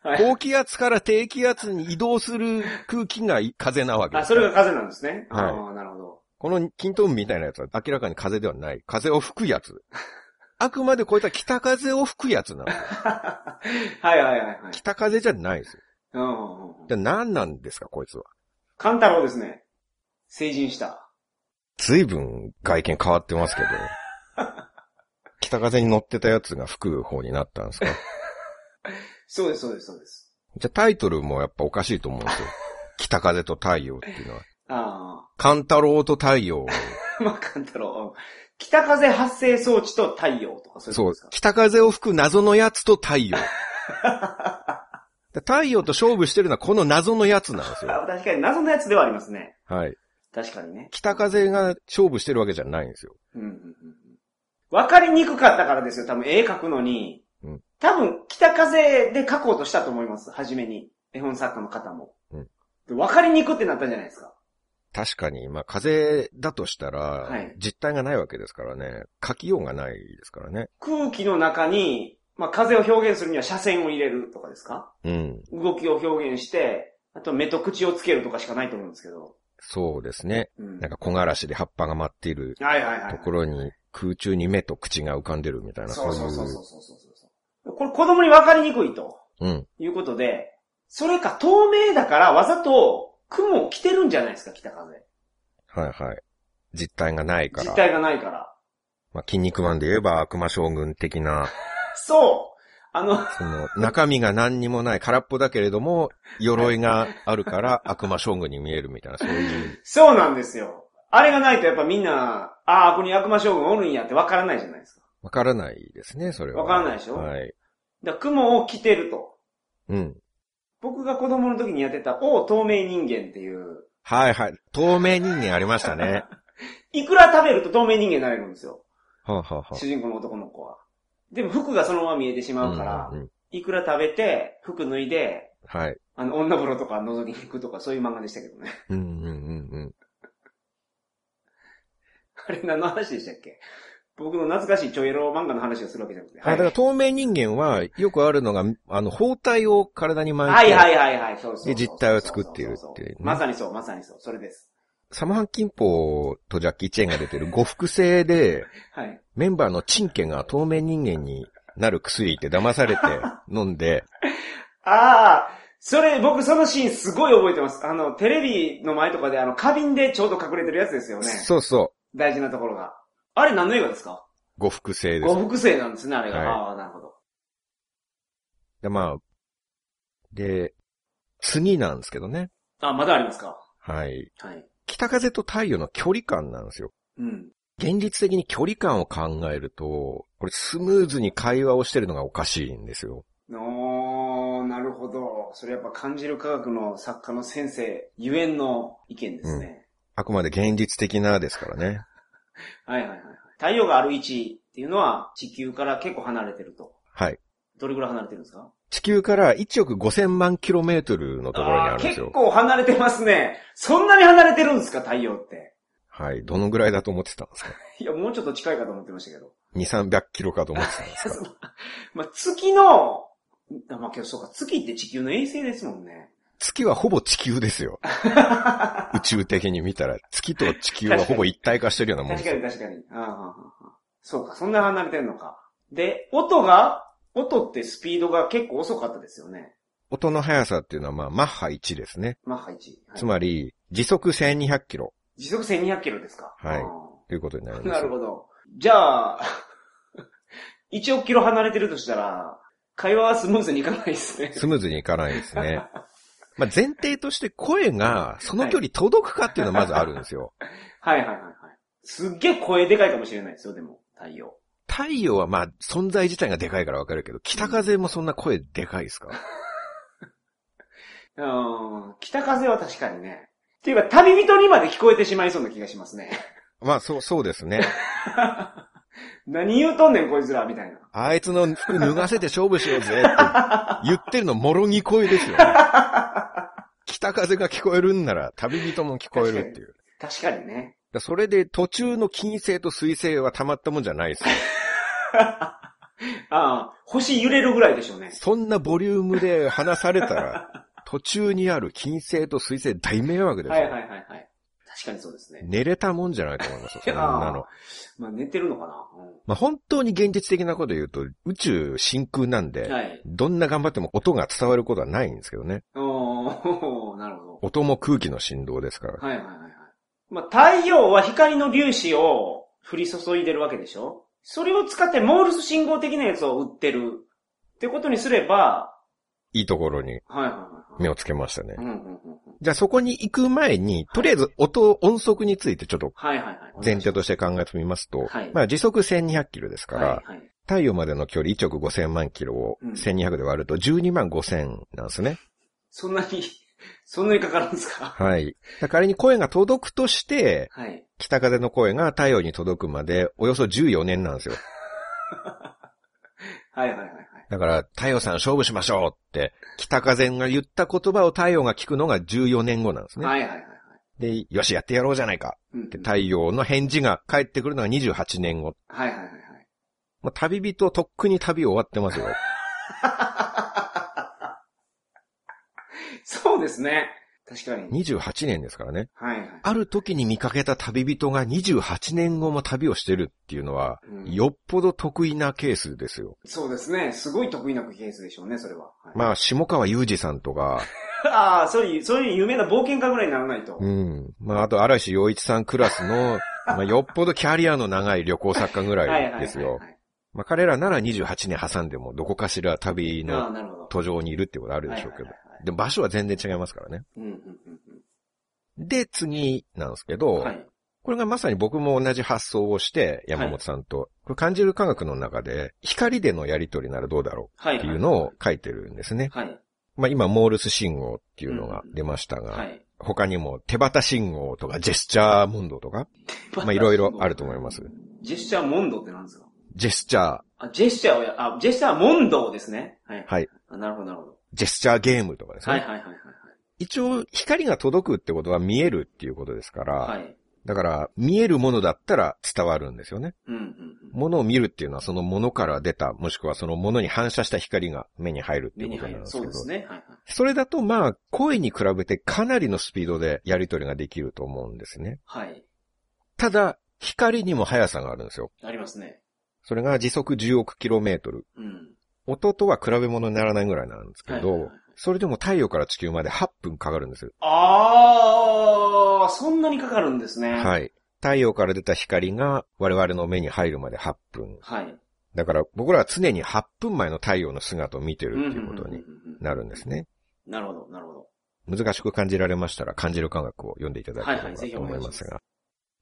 [SPEAKER 2] はい
[SPEAKER 3] 高気圧から低気圧に移動する空気が風なわけで
[SPEAKER 2] あ、
[SPEAKER 3] す。
[SPEAKER 2] それが風なんですね。
[SPEAKER 3] はい
[SPEAKER 2] ああ、なるほど。 <laughs>
[SPEAKER 3] この均等みたいなやつは明らかに風ではない。風を吹くやつ。 <laughs> あくまでこういった北風を吹くやつなの。
[SPEAKER 2] はいはいはいはい。
[SPEAKER 3] 北風じゃないですよ。
[SPEAKER 2] うんうんうん
[SPEAKER 3] じゃあ何なんですか、こいつは。
[SPEAKER 2] カンタロウですね。成人した。
[SPEAKER 3] 随分外見変わって
[SPEAKER 2] <laughs>
[SPEAKER 3] ますけど。北風に乗ってたやつが吹く方になったんですか。
[SPEAKER 2] そうです、そうです、そうです。
[SPEAKER 3] じゃあタイトルもやっぱおかしいと思うんですよ。北風と太陽っていうのは。
[SPEAKER 2] あ
[SPEAKER 3] カンタロウと太陽。
[SPEAKER 2] あ。 <laughs> まあ、カンタロウ。北風発生装置と太陽とかそういうこ
[SPEAKER 3] そ
[SPEAKER 2] と
[SPEAKER 3] う
[SPEAKER 2] ですか。。
[SPEAKER 3] 北風を吹く謎のやつと
[SPEAKER 2] <laughs>
[SPEAKER 3] 太陽。で太陽と勝負してるのはこの謎のやつなんですよ。
[SPEAKER 2] あ確かに謎のやつではありますね。
[SPEAKER 3] はい。
[SPEAKER 2] 確かにね。
[SPEAKER 3] 北風が勝負してるわけじゃないんですよ。
[SPEAKER 2] うんうんうんうん。わかりにくかったからですよ、多分絵描くのに。
[SPEAKER 3] うん
[SPEAKER 2] 多分、北風で描こうとしたと思います、初めに。絵本作家の方も。
[SPEAKER 3] うん
[SPEAKER 2] でわかりにくってなったじゃないですか。
[SPEAKER 3] 確かに、まあ風だとしたら
[SPEAKER 2] はい、
[SPEAKER 3] 実体がないわけですからね。書きようがないですからね。
[SPEAKER 2] 空気の中に、まあ、風を表現するには斜線を入れるとかですか
[SPEAKER 3] うん。
[SPEAKER 2] 動きを表現して、あと目と口をつけるとかしかないと思うんですけど。
[SPEAKER 3] そうですね。
[SPEAKER 2] うん。
[SPEAKER 3] なんか木枯らしで葉っぱが舞っている
[SPEAKER 2] はいはいはい。
[SPEAKER 3] ところに空中に目と口が浮かんでるみたいな、
[SPEAKER 2] そうそうそう
[SPEAKER 3] い
[SPEAKER 2] そうそうそうそう。これ子供にわかりにくいと
[SPEAKER 3] うん。
[SPEAKER 2] いうことで、それか透明だからわざと雲を着てるんじゃないですか、北風。
[SPEAKER 3] はいはい。実体がないか
[SPEAKER 2] 実
[SPEAKER 3] ら。
[SPEAKER 2] 体がないから。
[SPEAKER 3] まあ、筋肉マンで言えば悪魔将軍的な。
[SPEAKER 2] そうあの、
[SPEAKER 3] その、中身が何にもない空っぽだけれども、鎧があるから悪魔将軍に見えるみたいな、そういう。
[SPEAKER 2] そうなんですよ。あれがないとやっぱみんな、ああ、ここに悪魔将軍おるんやってわからないじゃないですか。
[SPEAKER 3] わからないですね、それは。
[SPEAKER 2] わからないでしょ
[SPEAKER 3] はい。
[SPEAKER 2] だから雲を着てると。
[SPEAKER 3] うん。
[SPEAKER 2] 僕が子供の時にやってた、お透明人間っていう、
[SPEAKER 3] はいはい。透明人間ありましたね。 <laughs>
[SPEAKER 2] いくら食べると透明人間になれるんですよ。
[SPEAKER 3] はあ、はあはあ
[SPEAKER 2] 主人公の男の子は。でも服がそのまま見えてしまうから、
[SPEAKER 3] うんうんうん
[SPEAKER 2] いくら食べて、服脱いで、
[SPEAKER 3] はい。
[SPEAKER 2] あの、女風呂とか覗きに行くとか、そういう漫画でしたけどね。 <laughs>
[SPEAKER 3] うんうんうんうん。
[SPEAKER 2] あれ何の話でしたっけ僕の懐かしいちょいエロ漫画の話をするわけじゃなくて。
[SPEAKER 3] あ、だから透明人間は、よくあるのが、あの、包帯を体に巻いて、
[SPEAKER 2] はいはいはいはい。そうそうそう
[SPEAKER 3] で実体を作っているっていうね
[SPEAKER 2] まさにそう、まさにそう。それです。
[SPEAKER 3] サマハンキンポとジャッキー・チェーンが出てる呉服製で、
[SPEAKER 2] はい。
[SPEAKER 3] メンバーのチンケが透明人間になる薬って騙されて飲んで、
[SPEAKER 2] ああ、それ、僕そのシーンすごい覚えてます。あの、テレビの前とかで、あの、花瓶でちょうど隠れてるやつです <laughs> よね。
[SPEAKER 3] そうそう、
[SPEAKER 2] 大事なところが。あれ何の映画ですか
[SPEAKER 3] 呉服製で
[SPEAKER 2] 五。
[SPEAKER 3] す
[SPEAKER 2] 複製なんですね、あれが。
[SPEAKER 3] はい
[SPEAKER 2] ああ、なるほど。
[SPEAKER 3] で、まあ、で、次なんですけどね。
[SPEAKER 2] あ、まだありますか
[SPEAKER 3] はい。
[SPEAKER 2] はい。
[SPEAKER 3] 北風と太陽の距離感なんですよ。
[SPEAKER 2] うん。
[SPEAKER 3] 現実的に距離感を考えると、これスムーズに会話をしてるのがおかしいんですよ。
[SPEAKER 2] おー、なるほど。それやっぱ感じる科学の作家の先生、ゆえんの意見ですね。
[SPEAKER 3] あくまで現実的なですからね。
[SPEAKER 2] はいはいはいはい。太陽がある位置っていうのは地球から結構離れてると。
[SPEAKER 3] はい。
[SPEAKER 2] どれぐらい離れてるんですか
[SPEAKER 3] 地球から1億5000万キロメートルのところにあるんで
[SPEAKER 2] ー結
[SPEAKER 3] すよ。
[SPEAKER 2] 構離れてますね。そんなに離れてるんですか、太陽って。
[SPEAKER 3] はい。どのぐらいだと思ってたんですか
[SPEAKER 2] いや、もうちょっと近いかと思ってましたけ
[SPEAKER 3] <laughs>
[SPEAKER 2] ど。
[SPEAKER 3] ?2、300キロかと思ってたんですか
[SPEAKER 2] まあ、月の、あまあ、今日そうか、月って地球の衛星ですもんね。
[SPEAKER 3] 月はほぼ地球ですよ。宇宙的に見たら、月と地球はほぼ一体化してるようなもんで
[SPEAKER 2] 確
[SPEAKER 3] す
[SPEAKER 2] か
[SPEAKER 3] よ。
[SPEAKER 2] に確かに。ああああああそうか、そんな離れてんのか。で、音が、音ってスピードが結構遅かったですよね。
[SPEAKER 3] 音の速さっていうのは、まあ、マッハ1ですね。
[SPEAKER 2] マッハ1。はい
[SPEAKER 3] つまり、時速1200キロ
[SPEAKER 2] 時速1200キロですか。
[SPEAKER 3] はい
[SPEAKER 2] あ
[SPEAKER 3] ということになり
[SPEAKER 2] あ
[SPEAKER 3] ま
[SPEAKER 2] <laughs> な
[SPEAKER 3] す
[SPEAKER 2] る。ほど。じゃあ、1億キロ離れてるとしたら、会話はスムーズにいかないですね。
[SPEAKER 3] スムーズにいかないですね。
[SPEAKER 2] <laughs>
[SPEAKER 3] まあ、前提として声が、その距離届くかっていうのはまずあるんですよ。
[SPEAKER 2] はいはいはいはい。すっげえ声でかいかもしれないですよ、でも、太陽。
[SPEAKER 3] 太陽はまあ、存在自体がでかいからわかるけど、北風もそんな声でかいですか
[SPEAKER 2] うん、北風は確かにね。っていうか、旅人にまで聞こえてしまいそうな気がしますね。 <laughs>
[SPEAKER 3] まあ、そう、そうですね。
[SPEAKER 2] 何言うとんねん、こいつら、みたいな。
[SPEAKER 3] あい
[SPEAKER 2] <laughs>
[SPEAKER 3] つの服脱がせて勝負しようぜって言ってるのもろに声です
[SPEAKER 2] <laughs>
[SPEAKER 3] よ、ね。北風が聞こえるんなら旅人も聞こえるっていう。だか
[SPEAKER 2] 確かにね。
[SPEAKER 3] らそれで途中の金星と水星はたまったもんじゃな
[SPEAKER 2] <laughs>
[SPEAKER 3] いですよ。
[SPEAKER 2] ああ、星揺れるぐらいでしょうね。
[SPEAKER 3] そんなボリュームで話されたら、途中にある金星と水星大迷惑です
[SPEAKER 2] は
[SPEAKER 3] よ。
[SPEAKER 2] いはいはいはい。確かにそうですね。
[SPEAKER 3] 寝れたもんじゃないと思いますよ、そん
[SPEAKER 2] あ
[SPEAKER 3] な
[SPEAKER 2] あ
[SPEAKER 3] の。
[SPEAKER 2] まあ寝てるのかな、う
[SPEAKER 3] まあ、本当に現実的なこと言うと、宇宙真空なんで、
[SPEAKER 2] ん、はい。
[SPEAKER 3] どんな頑張っても音が伝わることはないんですけどね。
[SPEAKER 2] おー、 <laughs> なるほど。
[SPEAKER 3] 音も空気の振動ですから。
[SPEAKER 2] はいはいはいはい。まあ、太陽は光の粒子を降り注いでるわけでしょそれを使ってモールス信号的なやつを売ってるってことにすれば、
[SPEAKER 3] いいところに
[SPEAKER 2] はいはいはいはい。
[SPEAKER 3] 目をつけましたね
[SPEAKER 2] う。んうんうんうん。
[SPEAKER 3] じゃあそこに行く前に、とりあえず音、音速についてちょっと
[SPEAKER 2] はいはいはい。
[SPEAKER 3] 前提として考えてみますと
[SPEAKER 2] はい、
[SPEAKER 3] まあ時速1200キロですか
[SPEAKER 2] は
[SPEAKER 3] ら
[SPEAKER 2] い、はい。
[SPEAKER 3] 太陽までの距離1億5000万キロを
[SPEAKER 2] うん
[SPEAKER 3] 1200で割ると12万5000なんですね。
[SPEAKER 2] そんなに、 <laughs> そんなにかかるんです
[SPEAKER 3] <laughs>
[SPEAKER 2] か
[SPEAKER 3] はい。だから仮に声が届くとして、
[SPEAKER 2] はい。
[SPEAKER 3] 北風の声が太陽に届くまでおよそ14年なんですよ。
[SPEAKER 2] はいはいはいはい。
[SPEAKER 3] だから太陽さん勝負しましょうって、北風が言った言葉を太陽が聞くのが14年後なんですね。
[SPEAKER 2] はいはいはいはい。
[SPEAKER 3] で、よしやってやろうじゃないか。
[SPEAKER 2] うんうん
[SPEAKER 3] で太陽の返事が返ってくるのが28年後。
[SPEAKER 2] はいはいはいはい。
[SPEAKER 3] もう旅人とっくに旅終わってますよ。
[SPEAKER 2] そうですね。確かに。
[SPEAKER 3] 28年ですからね。
[SPEAKER 2] はいはい。
[SPEAKER 3] ある時に見かけた旅人が28年後も旅をしてるっていうのは、
[SPEAKER 2] うん
[SPEAKER 3] よっぽど得意なケースですよ。
[SPEAKER 2] そうですね。すごい得意なケースでしょうね、それは。はい
[SPEAKER 3] まあ、下川雄二さんとか、
[SPEAKER 2] <laughs> ああ、そういう、そういう有名な冒険家ぐらいにならないと。
[SPEAKER 3] うん。まあ、あと嵐洋一さんクラスの、まあ、よっぽどキャリアの長い旅行作家ぐらいですよ。
[SPEAKER 2] い。
[SPEAKER 3] まあ、彼らなら28年挟んでもどこかしら旅
[SPEAKER 2] ああ、
[SPEAKER 3] の
[SPEAKER 2] なるほど。
[SPEAKER 3] 途上にいるってことあるでしょうけど
[SPEAKER 2] は。いはいはいはい
[SPEAKER 3] でも場所は全然違いますからね。
[SPEAKER 2] うんうんうん
[SPEAKER 3] で、次なんですけ
[SPEAKER 2] う
[SPEAKER 3] ど、
[SPEAKER 2] ん。はい。
[SPEAKER 3] これがまさに僕も同じ発想をして、山本さんと、これ感じる科学の中で、光でのやり取りならどうだろ
[SPEAKER 2] は
[SPEAKER 3] う
[SPEAKER 2] い。
[SPEAKER 3] っていうのを書いてるんですね。
[SPEAKER 2] はい。
[SPEAKER 3] まあ今、モールス信号っていうのが出ました
[SPEAKER 2] は
[SPEAKER 3] が、
[SPEAKER 2] い。
[SPEAKER 3] 他にも手旗信号とかジェスチャー問答とか、まあいろいろあると思います。
[SPEAKER 2] <laughs> ジェスチャーモンドってなんですか
[SPEAKER 3] ジェスチャー、
[SPEAKER 2] あ、ジェスチャーをや、あ、ジェスチャーモンドですね。はい。
[SPEAKER 3] はい。
[SPEAKER 2] あなるほど、なるほど。
[SPEAKER 3] ジェスチャーゲームとかですね。
[SPEAKER 2] はいはいはいはい
[SPEAKER 3] 一応、光が届くってことは見えるっていうことですから、
[SPEAKER 2] はい。はい。
[SPEAKER 3] だから、見えるものだったら伝わるんですよね。
[SPEAKER 2] うんうんうん。
[SPEAKER 3] ものを見るっていうのはそのものから出た、もしくはそのものに反射した光が目に入るってい
[SPEAKER 2] 目
[SPEAKER 3] うこ
[SPEAKER 2] に入
[SPEAKER 3] となん
[SPEAKER 2] る。
[SPEAKER 3] です
[SPEAKER 2] そう
[SPEAKER 3] けど
[SPEAKER 2] で。すね。はいはい。
[SPEAKER 3] それだとまあ、声に比べてかなりのスピードでやり取りができると思うんですね。
[SPEAKER 2] はい。
[SPEAKER 3] ただ、光にも速さがあるんですよ。
[SPEAKER 2] ありますね。
[SPEAKER 3] それが時速10億キロメートル。
[SPEAKER 2] うん。
[SPEAKER 3] 音とは比べ物にならないぐらいなんですけ
[SPEAKER 2] はいはいはい
[SPEAKER 3] ど、それでも太陽から地球まで8分かかるんですよ。
[SPEAKER 2] ああ、そんなにかかるんですね。い。
[SPEAKER 3] はい。太陽から出た光が我々の目に入るまで8分。
[SPEAKER 2] はい。
[SPEAKER 3] だから僕らは常に8分前の太陽の姿を見てるっていうことに
[SPEAKER 2] んうんうんうん
[SPEAKER 3] なるんですね。
[SPEAKER 2] なるほど、なるほど。
[SPEAKER 3] 難しく感じられましたら感じる感覚を読んでいただけ
[SPEAKER 2] はいはいぜ
[SPEAKER 3] れ
[SPEAKER 2] ひ
[SPEAKER 3] ばと
[SPEAKER 2] お
[SPEAKER 3] 思
[SPEAKER 2] 願い
[SPEAKER 3] い
[SPEAKER 2] し
[SPEAKER 3] ま
[SPEAKER 2] ます
[SPEAKER 3] すが。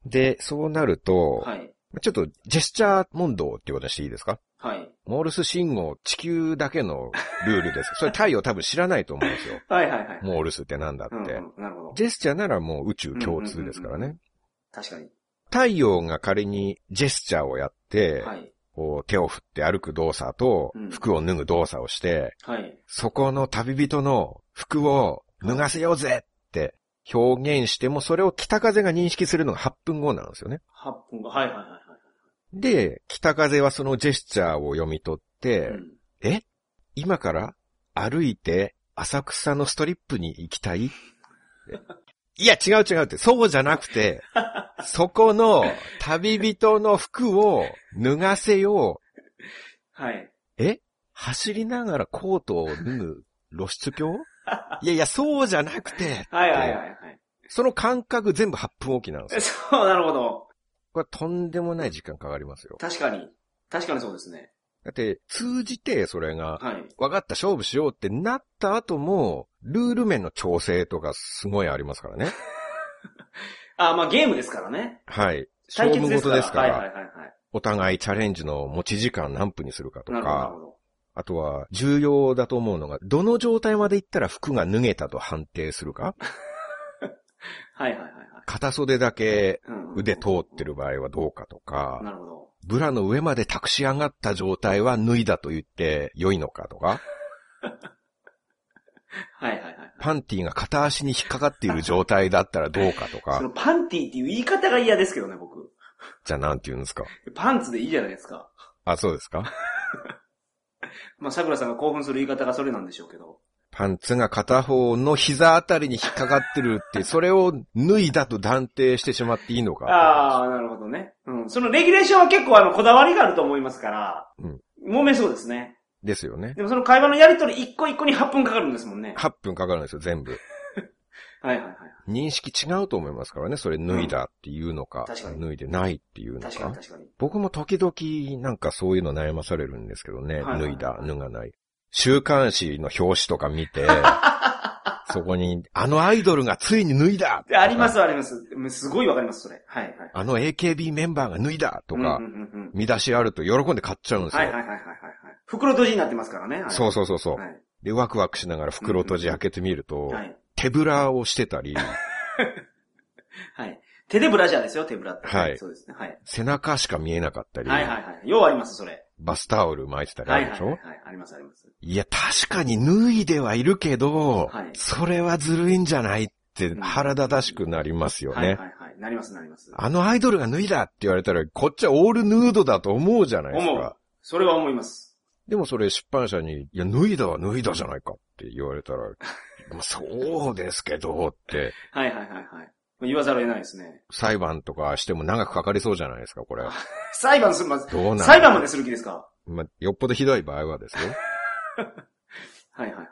[SPEAKER 3] で、そうなると、
[SPEAKER 2] はい。
[SPEAKER 3] ちょっとジェスチャー問答っていうことにしていいですか
[SPEAKER 2] はい。
[SPEAKER 3] モールス信号、地球だけのルー
[SPEAKER 2] <laughs>
[SPEAKER 3] ルです。それ太陽多分知らないと思うんですよ。
[SPEAKER 2] はいはいはい。
[SPEAKER 3] モールスってなんだって。
[SPEAKER 2] うんうん、なるほど。
[SPEAKER 3] ジェスチャーならもう宇宙共通ですから
[SPEAKER 2] うんうんうん
[SPEAKER 3] ね。
[SPEAKER 2] 確かに。
[SPEAKER 3] 太陽が仮にジェスチャーをやって、
[SPEAKER 2] はい。
[SPEAKER 3] こう手を振って歩く動作と
[SPEAKER 2] うん、
[SPEAKER 3] 服を脱ぐ動作をして、
[SPEAKER 2] はい。
[SPEAKER 3] そこの旅人の服を脱がせようぜって表現しても、それを北風が認識するのが8分後なんですよね。
[SPEAKER 2] 8分が、はいはいはいは
[SPEAKER 3] で、北風はそのジェスチャーを読み取っ
[SPEAKER 2] い。
[SPEAKER 3] て
[SPEAKER 2] う、ん
[SPEAKER 3] え今から歩いて浅草のストリップに行きたいっていや、違う違うって、そうじゃなくて、そこの旅人の服を脱がせよう
[SPEAKER 2] はい。
[SPEAKER 3] え走りながらコートを脱ぐ露出狂いやいや、そうじゃなくて、
[SPEAKER 2] はいはいはいはい。
[SPEAKER 3] その感覚全部8分おきなんですよ。
[SPEAKER 2] えそう、なるほど。
[SPEAKER 3] これとんでもない時間かかりますよ。
[SPEAKER 2] 確かに。確かにそうですね。
[SPEAKER 3] だって、通じてそれが、
[SPEAKER 2] はい。
[SPEAKER 3] 分かった勝負しようってなった後も、ルール面の調整とかすごいありますからね。
[SPEAKER 2] あ、まあゲームですからね。
[SPEAKER 3] はい。勝
[SPEAKER 2] 対
[SPEAKER 3] 負
[SPEAKER 2] 決ですか
[SPEAKER 3] 事
[SPEAKER 2] ら。
[SPEAKER 3] ですから、
[SPEAKER 2] はいはいはいはい。
[SPEAKER 3] お互いチャレンジの持ち時間何分にするかと
[SPEAKER 2] なるほど、なる
[SPEAKER 3] か、
[SPEAKER 2] ほど。
[SPEAKER 3] あとは重要だと思うのが、どの状態までいったら服が脱げたと判定するか
[SPEAKER 2] はいはいはいはい。
[SPEAKER 3] 片袖だけ
[SPEAKER 2] うん
[SPEAKER 3] 腕通ってる場合はどうかとか、
[SPEAKER 2] なるほど。
[SPEAKER 3] ブラの上まで託し上がった状態は脱いだと言って良いのかとか、
[SPEAKER 2] はいはいはい。
[SPEAKER 3] パンティが片足に引っかかっている状態だったらどうかと
[SPEAKER 2] その
[SPEAKER 3] か、
[SPEAKER 2] パンティっていう言い方が嫌ですけどね、僕。
[SPEAKER 3] じゃあなんて言うんですか
[SPEAKER 2] パンツでいいじゃないですか。
[SPEAKER 3] あ、そうですか
[SPEAKER 2] まあ、桜さんが興奮する言い方がそれなんでしょうけど。
[SPEAKER 3] パンツが片方の膝あたりに引っかかってるって、それを脱いだと断定してしまっていいのか。
[SPEAKER 2] ああ、なるほどね。うん。そのレギュレーションは結構あの、こだわりがあると思いますから、
[SPEAKER 3] うん。
[SPEAKER 2] 揉めそうですね。
[SPEAKER 3] ですよね。
[SPEAKER 2] でもその会話のやりとり一個一個に8分かかるんですもんね。
[SPEAKER 3] 8分かかるんですよ、全部。
[SPEAKER 2] はいはいはい。
[SPEAKER 3] 認識違うと思いますからね、それ脱いだっていうのか
[SPEAKER 2] ん、確かに
[SPEAKER 3] 脱いでないっていうの
[SPEAKER 2] 確かに確かに。
[SPEAKER 3] 僕も時々なんかそういうの悩まされるんですけどね。
[SPEAKER 2] はいはい
[SPEAKER 3] 脱いだ、脱がない。週刊誌の表紙とか
[SPEAKER 2] <laughs>
[SPEAKER 3] 見て、そこに、あのアイドルがついに脱いだ
[SPEAKER 2] でありますあります。もうすごいわかります、それ。はいはい。
[SPEAKER 3] あの AKB メンバーが脱いだとか
[SPEAKER 2] うん、うんうんうん
[SPEAKER 3] 見出しあると喜んで買っちゃうんです
[SPEAKER 2] はいはい
[SPEAKER 3] よ。
[SPEAKER 2] はいはいはいはい。袋閉じになってますからね。
[SPEAKER 3] そう
[SPEAKER 2] そ
[SPEAKER 3] そうそうそう。
[SPEAKER 2] はい。
[SPEAKER 3] で、ワクワクしながら袋閉じ開けてみると
[SPEAKER 2] は、い。
[SPEAKER 3] 手ぶらをしてたり、
[SPEAKER 2] はい。手でブラジャーですよ、手ぶらって。
[SPEAKER 3] はい
[SPEAKER 2] そうですね。はい。
[SPEAKER 3] 背中しか見えなかったり、
[SPEAKER 2] はいはいはい。ようあります、それ。
[SPEAKER 3] バスタオル巻いてたりあ
[SPEAKER 2] はい
[SPEAKER 3] る
[SPEAKER 2] はい
[SPEAKER 3] でし
[SPEAKER 2] はい
[SPEAKER 3] ょ
[SPEAKER 2] はい。ありますあります。
[SPEAKER 3] いや、確かに脱いではいるけど、
[SPEAKER 2] はい
[SPEAKER 3] それはずるいんじゃないって
[SPEAKER 2] ん
[SPEAKER 3] 腹立たしくなりますよね。
[SPEAKER 2] はいはいはい。なりますなります。
[SPEAKER 3] あのアイドルが脱いだって言われたら、こっちはオールヌードだと思うじゃないです
[SPEAKER 2] 思う
[SPEAKER 3] か。。
[SPEAKER 2] それは思います。
[SPEAKER 3] でもそれ出版社に、いや、脱いだは脱いだじゃないかって言われたら、 <laughs> まあそうですけどって、
[SPEAKER 2] はいはいはいはい。言わざるを得ないですね。
[SPEAKER 3] 裁判とかしても長くかかりそうじゃないですか、これ。
[SPEAKER 2] 裁判するまず、
[SPEAKER 3] どうなん
[SPEAKER 2] 裁判までする気ですか
[SPEAKER 3] まあ、よっぽどひどい場合はですよ。
[SPEAKER 2] はいはいはい。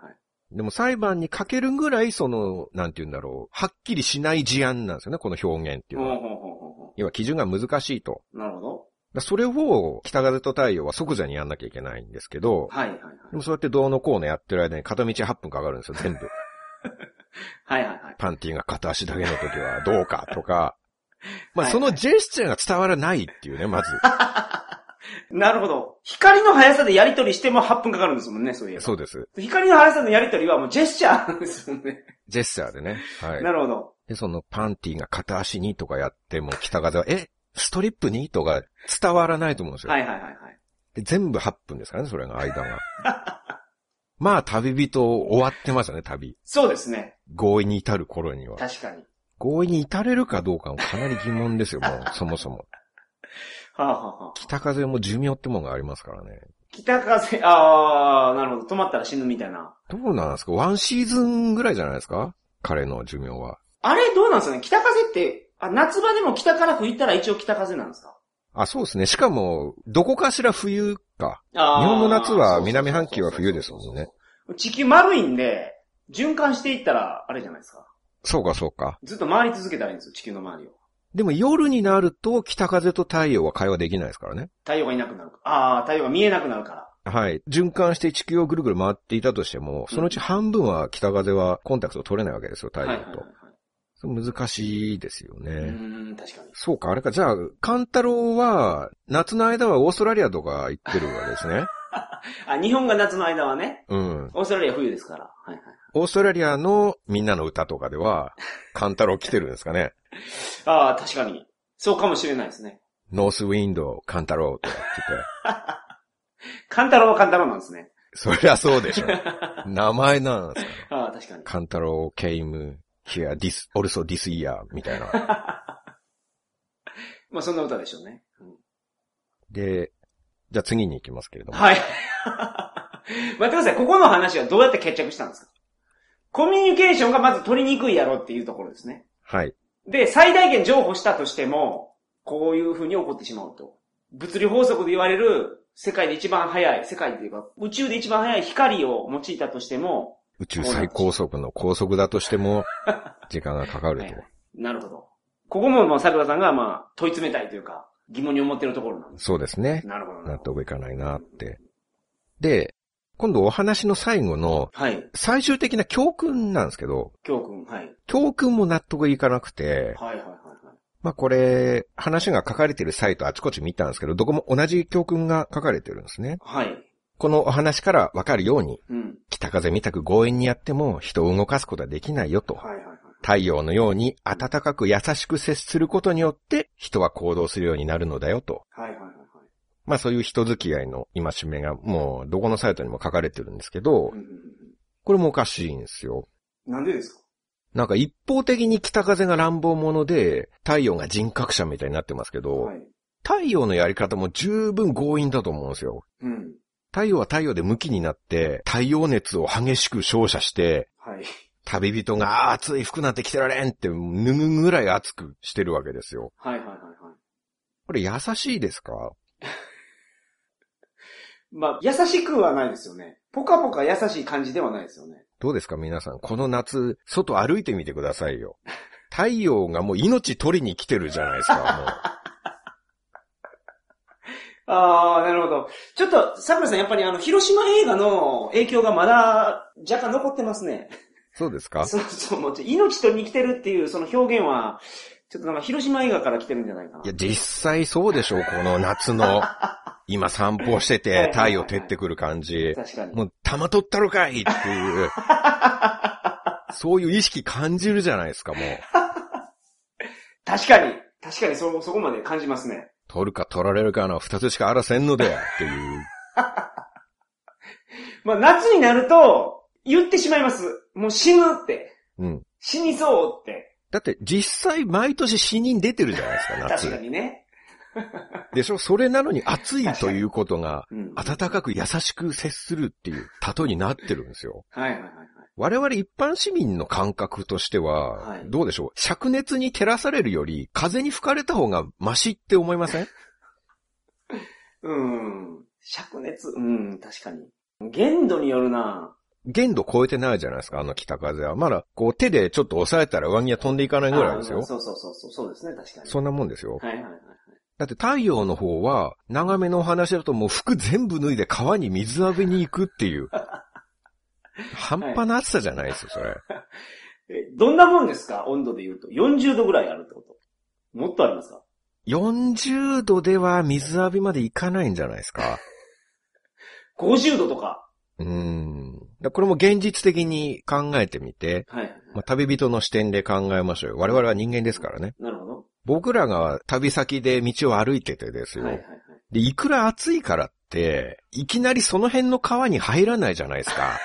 [SPEAKER 3] でも裁判にかけるぐらい、その、なんて言うんだろう、はっきりしない事案なんですよね、この表現っていう
[SPEAKER 2] ほう
[SPEAKER 3] の
[SPEAKER 2] ほうほ
[SPEAKER 3] は。
[SPEAKER 2] うほうほ
[SPEAKER 3] 要は基準が難しいと。
[SPEAKER 2] う。なるほど。
[SPEAKER 3] だそれを北風と太陽は即座にやんなきゃいけないんですけど、
[SPEAKER 2] はいはいはい。
[SPEAKER 3] でもそうやってどうのこうのやってる間に片道8分かかるんですよ、
[SPEAKER 2] <laughs>
[SPEAKER 3] 全部。
[SPEAKER 2] はいはいはい。
[SPEAKER 3] パンティが片足だけの時はどうか
[SPEAKER 2] <laughs>
[SPEAKER 3] とか。まあ
[SPEAKER 2] はい
[SPEAKER 3] そのジェスチャーが伝わらないっ
[SPEAKER 2] <laughs>
[SPEAKER 3] ていうね、まず。
[SPEAKER 2] なるほど。光の速さでやりとりしても8分かかるんですもんね、そういえば。
[SPEAKER 3] そうです。
[SPEAKER 2] 光の速さのやりとりはもうジェスチャーなんですもんね。
[SPEAKER 3] ジェスチャーでね。はい
[SPEAKER 2] な。るほど。
[SPEAKER 3] で、そのパンティが片足にとかやっても北風は、えストリップにとか伝わらないと思うんですよ。
[SPEAKER 2] はいはいはいはい。
[SPEAKER 3] で全部8分ですからね、それが間が。 <laughs> まあ旅人終わってましたね、旅。
[SPEAKER 2] そうですね。
[SPEAKER 3] 合意に至る頃には。
[SPEAKER 2] 確かに。
[SPEAKER 3] 合意に至れるかどうかもかなり疑
[SPEAKER 2] <laughs>
[SPEAKER 3] 問ですよ、もう、そもそも。
[SPEAKER 2] はあ、はあはあ、
[SPEAKER 3] 北風も寿命ってもんがありますからね。
[SPEAKER 2] 北風、ああ、なるほど。止まったら死ぬみたいな。
[SPEAKER 3] どうなんですかワンシーズンぐらいじゃないですか彼の寿命は。
[SPEAKER 2] あれどうなんですかね北風って、あ、夏場でも北から吹いたら一応北風なんですか
[SPEAKER 3] あ、そうですね。しかも、どこかしら冬か。
[SPEAKER 2] あー
[SPEAKER 3] 日本の夏は南半球は冬ですもんね。
[SPEAKER 2] そうそうそうそう地球丸いんで、循環していったら、あれじゃないですか。
[SPEAKER 3] そうか、そうか。
[SPEAKER 2] ずっと回り続けたらいいんですよ、地球の周りを。
[SPEAKER 3] でも夜になると北風と太陽は会話できないですからね。
[SPEAKER 2] 太陽がいなくなるか。ああ、太陽が見えなくなるから。
[SPEAKER 3] はい。循環して地球をぐるぐる回っていたとしても、そのうち半分は北風はコンタクトを取れないわけですよ、太
[SPEAKER 2] はい
[SPEAKER 3] 陽
[SPEAKER 2] はいはい
[SPEAKER 3] と
[SPEAKER 2] は。
[SPEAKER 3] 難しいですよね。
[SPEAKER 2] い。うーん、確かに。
[SPEAKER 3] そうか、あれか。じゃあ、カンタロウは、夏の間はオーストラリアとか行ってるわけで
[SPEAKER 2] <laughs>
[SPEAKER 3] すね。
[SPEAKER 2] あ、日本が夏の間はね、
[SPEAKER 3] うん。
[SPEAKER 2] オーストラリア冬ですから。はいはい。
[SPEAKER 3] オーストラリアのみんなの歌とかでは、カンタロウ来てるんですかね。
[SPEAKER 2] ああ、確かに。そうかもしれないですね。
[SPEAKER 3] ノースウィンドウ、カンタロウとか言ってて。
[SPEAKER 2] カンタロウはカンタロウなんですね。
[SPEAKER 3] そりゃそうでしょ。名前なんですか。
[SPEAKER 2] ああ、確かに。
[SPEAKER 3] カンタロウ、ケイム、ヒア、ディス、オルソ、ディスイヤーみたいな。
[SPEAKER 2] まあそんな歌でしょうね。うん
[SPEAKER 3] で、じゃあ
[SPEAKER 2] <laughs>
[SPEAKER 3] 次に行きますけれども。
[SPEAKER 2] はい。待ってください。ここの話はどうやって決着したんですかコミュニケーションがまず取りにくいやろっていうところですね。
[SPEAKER 3] はい。
[SPEAKER 2] で、最大限譲歩したとしても、こういう風に起こってしまうと。物理法則で言われる、世界で一番速い、世界っていうか、宇宙で一番速い光を用いたとしても、
[SPEAKER 3] 宇宙最高速の高速だとしても、時間がかかる
[SPEAKER 2] はい
[SPEAKER 3] と
[SPEAKER 2] は。なるほど。ここも、まあ、桜さんが、まあ、問い詰めたいというか、疑問に思ってるところなんです。
[SPEAKER 3] そうですね。
[SPEAKER 2] なるほどな
[SPEAKER 3] 納。得いかないなって。で、今度お話の最後の
[SPEAKER 2] はい。
[SPEAKER 3] 最終的な教訓なんですけど、
[SPEAKER 2] 教訓、はい。
[SPEAKER 3] 教訓も納得いかなくて、
[SPEAKER 2] はいはいはいはい。
[SPEAKER 3] まあこれ、話が書かれてるサイトあちこち見たんですけど、どこも同じ教訓が書かれてるんですね。
[SPEAKER 2] はい。
[SPEAKER 3] このお話からわかるように、
[SPEAKER 2] うん。
[SPEAKER 3] 北風みたく強引にやっても人を動かすことはできないよと。
[SPEAKER 2] はいはいはい。
[SPEAKER 3] 太陽のように暖かく優しく接することによって人は行動するようになるのだよと。
[SPEAKER 2] はいはいはいはい。
[SPEAKER 3] まあそういう人付き合いの今しめがもうどこのサイトにも書かれてるんですけど
[SPEAKER 2] うん、うんうん
[SPEAKER 3] これもおかしいんですよ。
[SPEAKER 2] うんなんでですか
[SPEAKER 3] なんか一方的に北風が乱暴者で太陽が人格者みたいになってますけど、
[SPEAKER 2] はい。
[SPEAKER 3] 太陽のやり方も十分強引だと思うんですよ。
[SPEAKER 2] うん。
[SPEAKER 3] 太陽は太陽で向きになって太陽熱を激しく照射して
[SPEAKER 2] はい。
[SPEAKER 3] 旅人があー暑い服なんて着てられんって脱ぐぐらい熱くしてるわけですよ。
[SPEAKER 2] はいはいはいはい。
[SPEAKER 3] これ優しいですか
[SPEAKER 2] まあ、優しくはないですよね。ポカポカ優しい感じではないですよね。
[SPEAKER 3] どうですか皆さん、この夏、外歩いてみてくださ
[SPEAKER 2] <laughs>
[SPEAKER 3] いよ。太陽がもう命取りに来てるじゃないですか、
[SPEAKER 2] ああ、なるほど。ちょっと、桜さん、やっぱりあの、広島映画の影響がまだ若干残ってますね。 <laughs>
[SPEAKER 3] もう。そうですか。
[SPEAKER 2] そうそう、もうちょ命取りに来てるっていうその表現は、ちょっとなんか広島映画から来てるんじゃないかない
[SPEAKER 3] や、実際そうでしょう、この
[SPEAKER 2] <laughs>
[SPEAKER 3] 夏の、今散歩して
[SPEAKER 2] はいはい
[SPEAKER 3] て
[SPEAKER 2] はい
[SPEAKER 3] 太陽照ってくる感じ。
[SPEAKER 2] 確かに。
[SPEAKER 3] もう、玉取ったろかいっていう、そういう意識感じるじゃないですか、もう。
[SPEAKER 2] 確かに。確かに、そ、そこまで感じますね。
[SPEAKER 3] 取るか取られるかの二つしかあらせんので、っていう。
[SPEAKER 2] まあ、夏になると、言ってしまいます。もう死ぬって。
[SPEAKER 3] うん。
[SPEAKER 2] 死にそうって。
[SPEAKER 3] だって、実際毎年死人出てるじゃないですか、
[SPEAKER 2] 確か
[SPEAKER 3] 夏。
[SPEAKER 2] にね。
[SPEAKER 3] でしょそれなのに暑いということが、
[SPEAKER 2] うん。はい
[SPEAKER 3] 暖かく優しく接するっていう例えになってるんですよ。
[SPEAKER 2] はいはいはい。
[SPEAKER 3] 我々一般市民の感覚として
[SPEAKER 2] は
[SPEAKER 3] は、
[SPEAKER 2] い
[SPEAKER 3] どうでしょう灼熱に照らされるより、風に吹かれた方がマシって思いません
[SPEAKER 2] うん。灼熱。うん、確かに。限度によるな
[SPEAKER 3] 限度超えてないじゃないですか、あの北風は。まだ、こう手でちょっと押さえたら上着が飛んでいかないぐらいです
[SPEAKER 2] あ
[SPEAKER 3] よ。
[SPEAKER 2] そうそうそうそう、そうですね、確かに。
[SPEAKER 3] そんなもんですよ。
[SPEAKER 2] はいはいはい。
[SPEAKER 3] だって太陽の方は、長めのお話だともう服全部脱いで川に水浴びに行くって <laughs> いう。半端な暑さじゃないですよ、それ。
[SPEAKER 2] え、どんなもんですか温度で言うと。40度ぐらいあるってこと。もっとありますか
[SPEAKER 3] 40度では水浴びまで行かないんじゃないですか。
[SPEAKER 2] ?50 度とか。
[SPEAKER 3] うーん。だこれも現実的に考えてみて、
[SPEAKER 2] はいはいはい。
[SPEAKER 3] まあ、旅人の視点で考えましょうよ。我々は人間ですからね。
[SPEAKER 2] なるほど。
[SPEAKER 3] 僕らが旅先で道を歩いててですよ。
[SPEAKER 2] はいはいはい。
[SPEAKER 3] で、いくら暑いからって、いきなりその辺の川に入らないじゃないですか。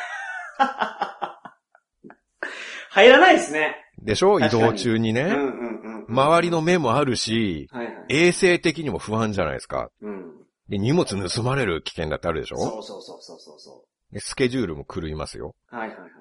[SPEAKER 2] 入らないですね。
[SPEAKER 3] でしょ移
[SPEAKER 2] 確かに
[SPEAKER 3] 動中に
[SPEAKER 2] うん
[SPEAKER 3] ね。
[SPEAKER 2] うんうん。
[SPEAKER 3] 周りの目もあるし、
[SPEAKER 2] はいはい。
[SPEAKER 3] 衛生的にも不安じゃないですか。
[SPEAKER 2] うん。
[SPEAKER 3] で、荷物盗まれる危険だってあるでしょ
[SPEAKER 2] そうそうそうそうそうそ
[SPEAKER 3] でスケジュールも狂いますよ。
[SPEAKER 2] う。はいはいはいはい。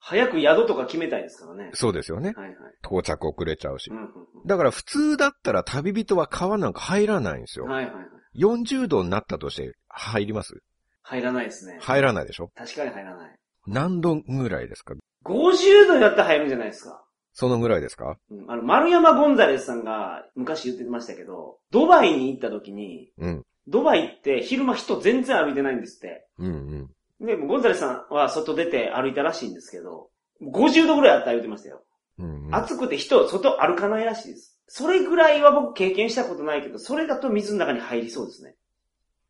[SPEAKER 2] 早く宿とか決めたいですからね。
[SPEAKER 3] そうですよね。
[SPEAKER 2] はいはい。
[SPEAKER 3] 到着遅れちゃうし
[SPEAKER 2] うん。うんう
[SPEAKER 3] だから普通だったら旅人は川なんか入らないんですよ
[SPEAKER 2] ん。。はいはいはい。
[SPEAKER 3] 40度になったとして入ります
[SPEAKER 2] 入らないですね。
[SPEAKER 3] 入らないでしょ
[SPEAKER 2] 確かに入らない。
[SPEAKER 3] 何度ぐらいですか
[SPEAKER 2] 50度だったら入るんじゃないですか。
[SPEAKER 3] そのぐらいですか
[SPEAKER 2] うんあの、丸山ゴンザレスさんが昔言ってましたけど、ドバイに行った時に、
[SPEAKER 3] うん。
[SPEAKER 2] ドバイって昼間人全然歩いてないんですって。
[SPEAKER 3] うんうん。
[SPEAKER 2] で、もうゴンザレスさんは外出て歩いたらしいんですけど、50度ぐらいあったら言ってましたよ。
[SPEAKER 3] うんうん、
[SPEAKER 2] 暑くて人、外歩かないらしいです。それぐらいは僕経験したことないけど、それだと水の中に入りそうですね。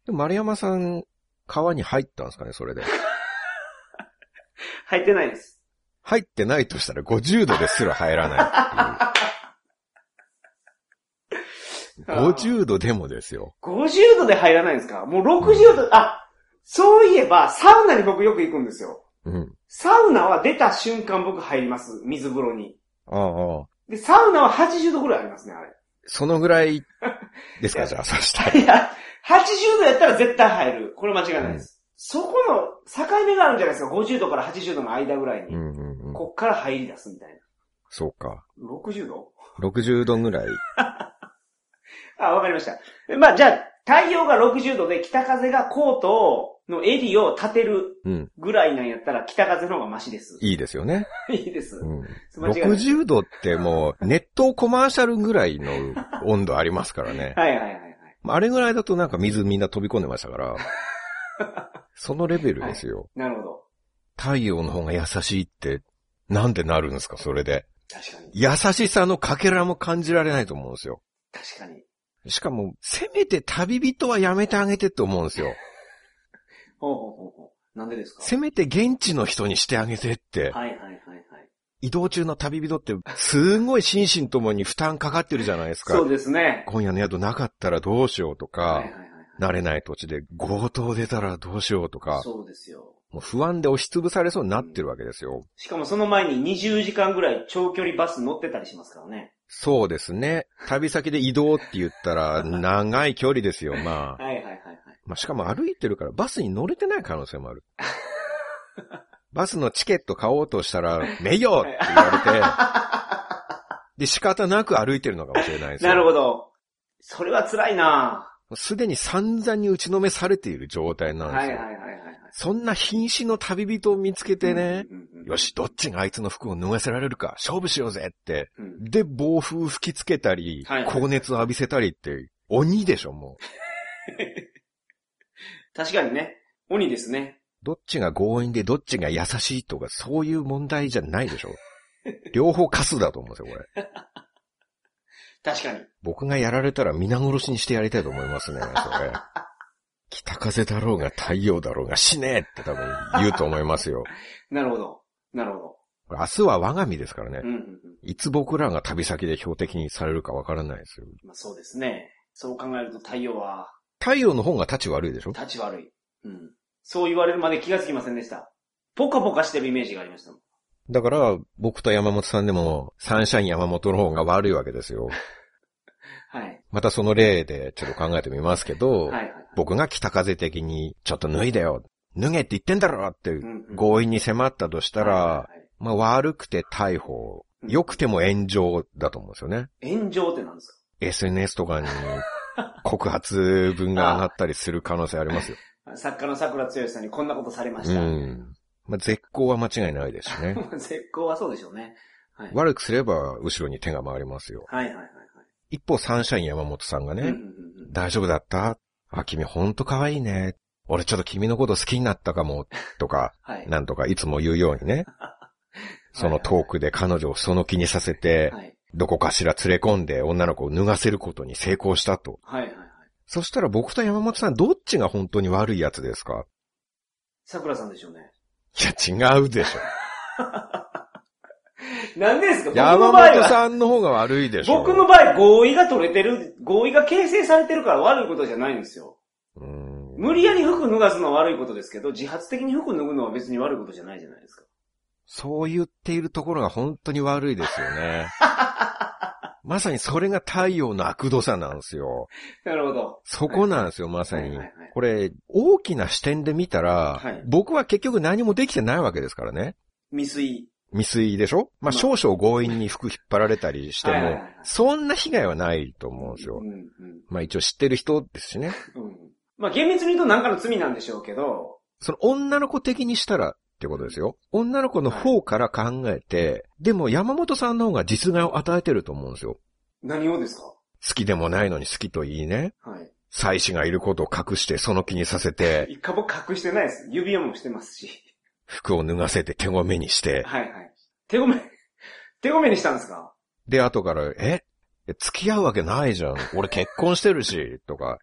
[SPEAKER 3] でも丸山さん、川に入ったんですかねそれで。
[SPEAKER 2] 入ってないです。
[SPEAKER 3] 入ってないとしたら50度ですら入らないっ
[SPEAKER 2] <laughs>
[SPEAKER 3] ていう。50度でもですよ。
[SPEAKER 2] 50度で入らないんですかもう60度、あ、そういえば、サウナに僕よく行くんですよ。
[SPEAKER 3] うん。
[SPEAKER 2] サウナは出た瞬間僕入ります。水風呂に。
[SPEAKER 3] ああああ、
[SPEAKER 2] で、サウナは80度ぐらいありますね、あれ。
[SPEAKER 3] そのぐらいですかじゃあ、そした
[SPEAKER 2] <laughs>
[SPEAKER 3] ら。
[SPEAKER 2] いや、80度やったら絶対入る。これ間違いないです。そこの境目があるんじゃないですか、50度から80度の間ぐらいに。
[SPEAKER 3] うんうんうん。
[SPEAKER 2] こっから入り出すみたい
[SPEAKER 3] そうか。
[SPEAKER 2] な。60度
[SPEAKER 3] 60度ぐらい。
[SPEAKER 2] あ、わかりました。でまあ、じゃあ、太陽が60度で北風がコートの襟を立てる
[SPEAKER 3] うん。
[SPEAKER 2] ぐらいなんやったら北風の方がマシです。
[SPEAKER 3] いいですよね。
[SPEAKER 2] いいです
[SPEAKER 3] う。ん。
[SPEAKER 2] <laughs> 間違いない
[SPEAKER 3] 60度ってもう、熱湯コマーシャルぐらいの温度ありますからね。
[SPEAKER 2] <laughs> はいはいはいはい。
[SPEAKER 3] まああれぐらいだとなんか水みんな飛び込んでまし
[SPEAKER 2] <laughs>
[SPEAKER 3] たから。そのレベルですよ。
[SPEAKER 2] なるほど。
[SPEAKER 3] 太陽の方が優しいって、なんでなるんですか、それで。
[SPEAKER 2] 確かに。
[SPEAKER 3] 優しさのかけらも感じられないと思うんですよ。
[SPEAKER 2] 確かに。
[SPEAKER 3] しかも、せめて旅人はやめてあげてって思うんですよ。
[SPEAKER 2] ほうほうほうほう。なんでですか
[SPEAKER 3] せめて現地の人にしてあげてって、
[SPEAKER 2] はいはいはいはい。
[SPEAKER 3] 移動中の旅人って、すごい心身ともに負担かかってるじゃないです
[SPEAKER 2] そ
[SPEAKER 3] か
[SPEAKER 2] う。ですね。
[SPEAKER 3] 今夜の宿なかったらどうしようと
[SPEAKER 2] はいはい
[SPEAKER 3] か
[SPEAKER 2] は、い
[SPEAKER 3] 慣れない土地で強盗出たらどうしようと
[SPEAKER 2] は
[SPEAKER 3] か
[SPEAKER 2] い。、そうですよ。
[SPEAKER 3] もう不安で押しつぶされそうになってるわけですよ。
[SPEAKER 2] しかもその前に20時間ぐらい長距離バス乗ってたりしますからね。
[SPEAKER 3] そうですね。旅先で移動って言っ
[SPEAKER 2] <laughs>
[SPEAKER 3] たら、長い距離ですよ、まあ。
[SPEAKER 2] はいはいはいはい。
[SPEAKER 3] まあ、しかも歩いてるからバスに乗れてない可能性も
[SPEAKER 2] <laughs>
[SPEAKER 3] ある。バスのチケット買おうとしたら、めいよって言われて、で、仕方なく歩いてるのかもしれないですよ。
[SPEAKER 2] なるほど。それは辛いな
[SPEAKER 3] すでに散々に打ちのめされている状態なんです
[SPEAKER 2] はい
[SPEAKER 3] よ。
[SPEAKER 2] はいはいはいはい。
[SPEAKER 3] そんな瀕死の旅人を見つけてね、
[SPEAKER 2] うんうんうんうん。
[SPEAKER 3] よし、どっちがあいつの服を脱がせられるか、勝負しようぜって。
[SPEAKER 2] うん。
[SPEAKER 3] で、暴風吹きつけたり、
[SPEAKER 2] はい
[SPEAKER 3] 高熱を浴びせたりって、鬼でしょ、もう。
[SPEAKER 2] 確かにね。鬼ですね。
[SPEAKER 3] どっちが強引でどっちが優しいとか、そういう問題じゃない
[SPEAKER 2] <laughs>
[SPEAKER 3] でしょ。両方カスだと思うんですよ、これ。
[SPEAKER 2] 確かに。
[SPEAKER 3] 僕がやられたら皆殺しにしてやりたいと思いますね、そ
[SPEAKER 2] <laughs>
[SPEAKER 3] れ。北風だろうが太陽だろうが死ねえって多分言うと思いますよ。
[SPEAKER 2] なるほど。なるほど。
[SPEAKER 3] これ明日は我が身ですからね
[SPEAKER 2] う。んうんうん。
[SPEAKER 3] いつ僕らが旅先で標的にされるかわからないですよ。
[SPEAKER 2] まあそうですね。そう考えると太陽は、
[SPEAKER 3] 太陽の方が立ち悪いでしょ
[SPEAKER 2] 立ち悪い。うん。そう言われるまで気がつきませんでした。ポカポカしてるイメージがありましたもん。
[SPEAKER 3] だから、僕と山本さんでも、サンシャイン山本の方が悪いわけですよ。 <laughs>
[SPEAKER 2] はい。
[SPEAKER 3] またその例でちょっと考えてみますけど、
[SPEAKER 2] はいはいはい。
[SPEAKER 3] 僕が北風的に、ちょっと脱いだよ。脱げって言ってんだろって
[SPEAKER 2] う、んうん
[SPEAKER 3] 強引に迫ったとした
[SPEAKER 2] は
[SPEAKER 3] ら、
[SPEAKER 2] いはいはい
[SPEAKER 3] まあ悪くて逮捕、
[SPEAKER 2] うん
[SPEAKER 3] 良くても炎上だと思うんですよね。
[SPEAKER 2] 炎上ってなんです
[SPEAKER 3] SNS とかに告発文が上がったりする可能性あり
[SPEAKER 2] <laughs>
[SPEAKER 3] ますよ。
[SPEAKER 2] か作家の桜剛さんにこんなことされま
[SPEAKER 3] う
[SPEAKER 2] した。
[SPEAKER 3] ん。まあ絶好は間違いないですしね。
[SPEAKER 2] <laughs> 絶好はそうでしょうね。はい。はい
[SPEAKER 3] 悪くすれば後ろに手が回りますよ。
[SPEAKER 2] はいはいはい。
[SPEAKER 3] 一方サンシャイン山本さんがね、
[SPEAKER 2] うんうんうん
[SPEAKER 3] 大丈夫だったあ、君ほんと可愛いね。俺ちょっと君のこと好きになったかも、とか、 <laughs>
[SPEAKER 2] はい。
[SPEAKER 3] なんとかいつも言うよう
[SPEAKER 2] <laughs>
[SPEAKER 3] にね。そのトークで彼女をその気にさせて、
[SPEAKER 2] はい。
[SPEAKER 3] どこかしら連れ込んで女の子を脱がせることに成功したと。
[SPEAKER 2] はいはいはい。
[SPEAKER 3] そしたら僕と山本さんどっちが本当に悪いやつですか
[SPEAKER 2] 桜さんでしょうね。
[SPEAKER 3] いや、違うでしょ。
[SPEAKER 2] なんでですか僕
[SPEAKER 3] 山
[SPEAKER 2] の場合
[SPEAKER 3] 本
[SPEAKER 2] は、
[SPEAKER 3] さんの方が悪いでしょ。
[SPEAKER 2] 僕の場合合意が取れてる、合意が形成されてるから悪いことじゃないんですよ。
[SPEAKER 3] うん
[SPEAKER 2] 無理やり服脱がすのは悪いことですけど、自発的に服脱ぐのは別に悪いことじゃないじゃないですか。
[SPEAKER 3] そう言っているところが本当に悪いです
[SPEAKER 2] <laughs>
[SPEAKER 3] よね。まさにそれが太陽の悪度さなんですよ。
[SPEAKER 2] なるほど。
[SPEAKER 3] そこなんですよ、まさ
[SPEAKER 2] はい
[SPEAKER 3] に
[SPEAKER 2] はいはい。
[SPEAKER 3] これ、大きな視点で見たら、
[SPEAKER 2] はい
[SPEAKER 3] 僕は結局何もできてないわけですからね。
[SPEAKER 2] 未遂。
[SPEAKER 3] 未遂でしょまあ、
[SPEAKER 2] まあ
[SPEAKER 3] 少々強引に服引っ張られたりして
[SPEAKER 2] はいはい
[SPEAKER 3] も
[SPEAKER 2] はい、
[SPEAKER 3] そんな被害はないと思うんですよ
[SPEAKER 2] う。んうん
[SPEAKER 3] まあ一応知ってる人ですしね。
[SPEAKER 2] うん。まあ厳密に言うと何かの罪なんでしょうけど、
[SPEAKER 3] その女の子的にしたらってことですよ。女の子の方から考えて、でも山本さんの方が実害を与えてると思うんですよ。
[SPEAKER 2] 何をですか
[SPEAKER 3] 好きでもないのに好きといいね。
[SPEAKER 2] はい。
[SPEAKER 3] 妻子がいることを隠してその気にさせて、
[SPEAKER 2] 一回僕隠してないです。指輪もしてますし。
[SPEAKER 3] 服を脱がせて手ごめにして、
[SPEAKER 2] はいはい。手ごめん、 <laughs> 手ごめんにしたんですか
[SPEAKER 3] で、後から、え付き合うわけないじゃん。俺結婚してるし、とか、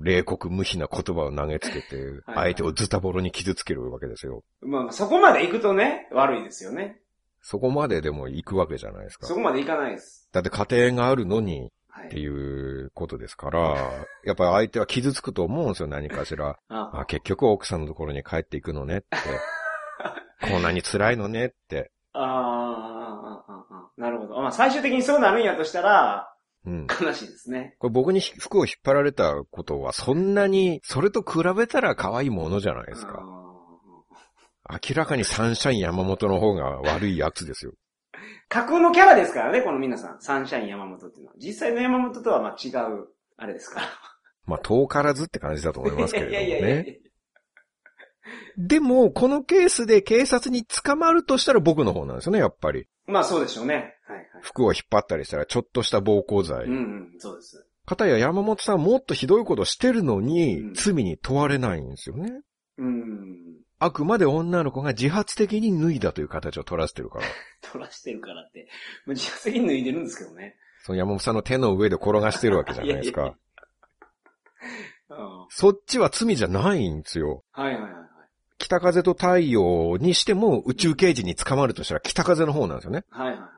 [SPEAKER 3] 冷酷無比な言葉を投げつけて、
[SPEAKER 2] はい
[SPEAKER 3] 相手をズタボロに傷つけるわけですよ。
[SPEAKER 2] まあまあそこまで行くとね、悪いですよね。
[SPEAKER 3] そこまででも行くわけじゃないですか
[SPEAKER 2] そ。こまで行かないです。
[SPEAKER 3] だって家庭があるのに、
[SPEAKER 2] は
[SPEAKER 3] って
[SPEAKER 2] い。
[SPEAKER 3] いうことですから、やっぱり相手は傷つくと思うんですよ、何かしら。
[SPEAKER 2] あ
[SPEAKER 3] あ、結局奥さんのところに帰っていくのね
[SPEAKER 2] <laughs>
[SPEAKER 3] って。こんなに辛いのねって。
[SPEAKER 2] あ、ああ、ああ、なるほど。まあ最終的にそうなるんやとしたら、
[SPEAKER 3] うん。
[SPEAKER 2] 悲しいですね。
[SPEAKER 3] これ僕に服を引っ張られたことはそんなに、それと比べたら可愛いものじゃないです
[SPEAKER 2] あ
[SPEAKER 3] か。
[SPEAKER 2] ー
[SPEAKER 3] 明らかにサンシャイン山本の方が悪いやつですよ。
[SPEAKER 2] 架空のキャラですからね、この皆さん。サンシャイン山本っていうのは。実際の山本とはまあ違う、あれですから。
[SPEAKER 3] まあ、遠からずって感じだと思いますけれど
[SPEAKER 2] <laughs>
[SPEAKER 3] も
[SPEAKER 2] いやいやいや
[SPEAKER 3] ね。
[SPEAKER 2] いや
[SPEAKER 3] でも、このケースで警察に捕まるとしたら僕の方なんですよね、やっぱり。
[SPEAKER 2] まあそうでしょうね。はいはい。
[SPEAKER 3] 服を引っ張ったりしたらちょっとした暴行罪。
[SPEAKER 2] うんうん、そうです。
[SPEAKER 3] かたや山本さんもっとひどいことしてるのに、
[SPEAKER 2] うん
[SPEAKER 3] 罪に問われないんですよね。
[SPEAKER 2] うん。
[SPEAKER 3] あくまで女の子が自発的に脱いだという形を取らせてるから。
[SPEAKER 2] <laughs> 取らしてるからって。もう自発的に脱いでるんですけどね。
[SPEAKER 3] その山本さんの手の上で転がしてるわけじゃないです
[SPEAKER 2] いやい
[SPEAKER 3] か。
[SPEAKER 2] うん
[SPEAKER 3] そっちは罪じゃないんですよ。
[SPEAKER 2] はいはいはいはい。
[SPEAKER 3] 北風と太陽にしても宇宙刑事に捕まるとしたら北風の方なんですよね。
[SPEAKER 2] はいはいはい。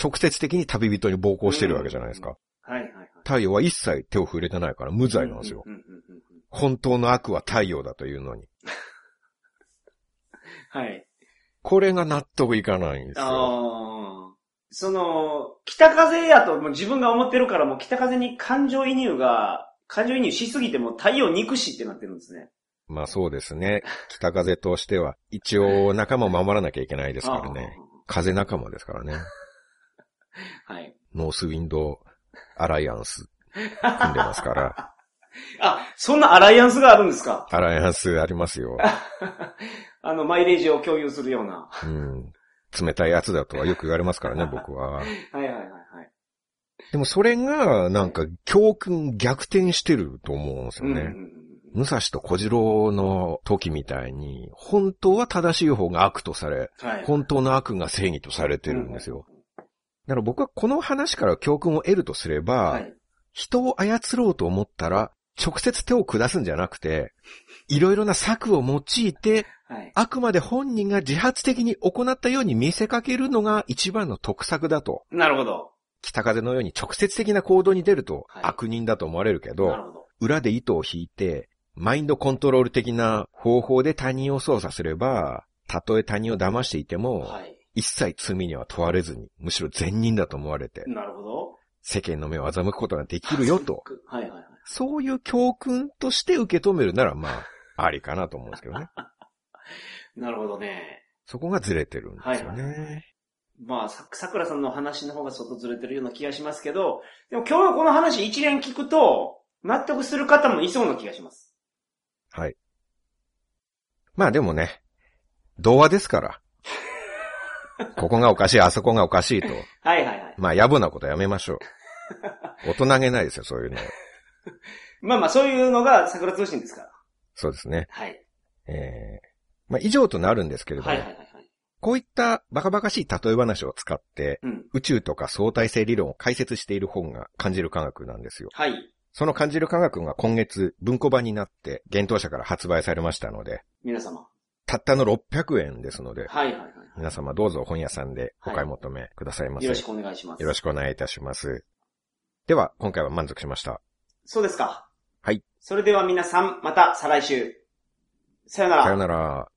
[SPEAKER 3] 直接的に旅人に暴行してるわけじゃないですか。
[SPEAKER 2] はいはいはい。
[SPEAKER 3] 太陽は一切手を触れてないから無罪なんですよ。
[SPEAKER 2] うんうんうんうんうん
[SPEAKER 3] 本当の悪は太陽だというのに。
[SPEAKER 2] はい。
[SPEAKER 3] これが納得いかないんですよ。
[SPEAKER 2] ああ。その、北風やともう自分が思ってるからもう北風に感情移入が、感情移入しすぎてもう太陽憎しってなってるんですね。
[SPEAKER 3] まあそうですね。北風としては、一応仲間を守らなきゃいけないですからね。風仲間ですからね。
[SPEAKER 2] あー。はい。
[SPEAKER 3] ノースウィンドアライアンス組んでますから。
[SPEAKER 2] あ、そんなアライアンスがあるんですか
[SPEAKER 3] アライアンスありますよ。
[SPEAKER 2] あの、マイレージを共有するような。
[SPEAKER 3] うん。冷たいやつだとはよく言われますから
[SPEAKER 2] <laughs>
[SPEAKER 3] ね、僕は。
[SPEAKER 2] はいはいはいはい。
[SPEAKER 3] でもそれが、なんか、教訓逆転してると思うんですよ
[SPEAKER 2] うんうん
[SPEAKER 3] ね。武蔵と小次郎の時みたいに、本当は正しい方が悪とされ、
[SPEAKER 2] うん。はい。
[SPEAKER 3] 本当の悪が正義とされてるんですよ。だから僕はこの話から教訓を得るとすれば、
[SPEAKER 2] はい。
[SPEAKER 3] 人を操ろうと思ったら、直接手を下すんじゃなくて、いろいろな策を用いて、
[SPEAKER 2] はい。
[SPEAKER 3] あくまで本人が自発的に行ったように見せかけるのが一番の得策だと。
[SPEAKER 2] なるほど。
[SPEAKER 3] 北風のように直接的な行動に出ると
[SPEAKER 2] はい
[SPEAKER 3] 悪人だと思われるけど、
[SPEAKER 2] なるほど。
[SPEAKER 3] 裏で糸を引いて、マインドコントロール的な方法で他人を操作すれば、たとえ他人を騙していても、
[SPEAKER 2] はい。
[SPEAKER 3] 一切罪には問われずに、むしろ善人だと思われて、
[SPEAKER 2] なるほど。
[SPEAKER 3] 世間の目を欺くことができるよと、。
[SPEAKER 2] はいはいはい。
[SPEAKER 3] そういう教訓として受け止めるなら、まあ、ありかなと思うんですけどね。
[SPEAKER 2] なるほどね。
[SPEAKER 3] そこがずれてるんですよね。
[SPEAKER 2] はいまあ、さ、桜さんの話の方が外ずれてるような気がしますけど、でも今日のこの話一連聞くと、納得する方もいそうな気がします。
[SPEAKER 3] はい。まあでもね、童話で
[SPEAKER 2] <laughs>
[SPEAKER 3] すから。ここがおかしい、あそこがおかしいと。
[SPEAKER 2] はいはいはい。
[SPEAKER 3] まあ、野暮なことやめましょう。大人げないですよ、そういうの。
[SPEAKER 2] まあまあ、そういうのが桜通信ですから。
[SPEAKER 3] そうですね。
[SPEAKER 2] はい。
[SPEAKER 3] えー、まあ、以上となるんですけれども、
[SPEAKER 2] はいはいはいはい。
[SPEAKER 3] こういったバカバカしい例え話を使って、
[SPEAKER 2] うん。
[SPEAKER 3] 宇宙とか相対性理論を解説している本が感じる科学なんですよ。
[SPEAKER 2] はい。
[SPEAKER 3] その感じる科学が今月文庫版になって、幻冬者から発売されましたので、
[SPEAKER 2] 皆様。
[SPEAKER 3] たったの600円ですので、
[SPEAKER 2] はいはいはい。
[SPEAKER 3] 皆様どうぞ本屋さんでお買い求めくださいませ。
[SPEAKER 2] よろしくお願いします。
[SPEAKER 3] よろしくお願いいたします。では、今回は満足しました。
[SPEAKER 2] そうですか。
[SPEAKER 3] はい。
[SPEAKER 2] それでは皆さん、また再来週。さよなら。
[SPEAKER 3] さよなら。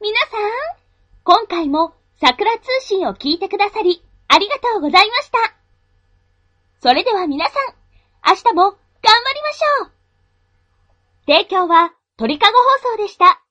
[SPEAKER 1] 皆さん、今回も桜通信を聞いてくださり、ありがとうございました。それでは皆さん、明日も頑張りましょう提供は鳥かご放送でした。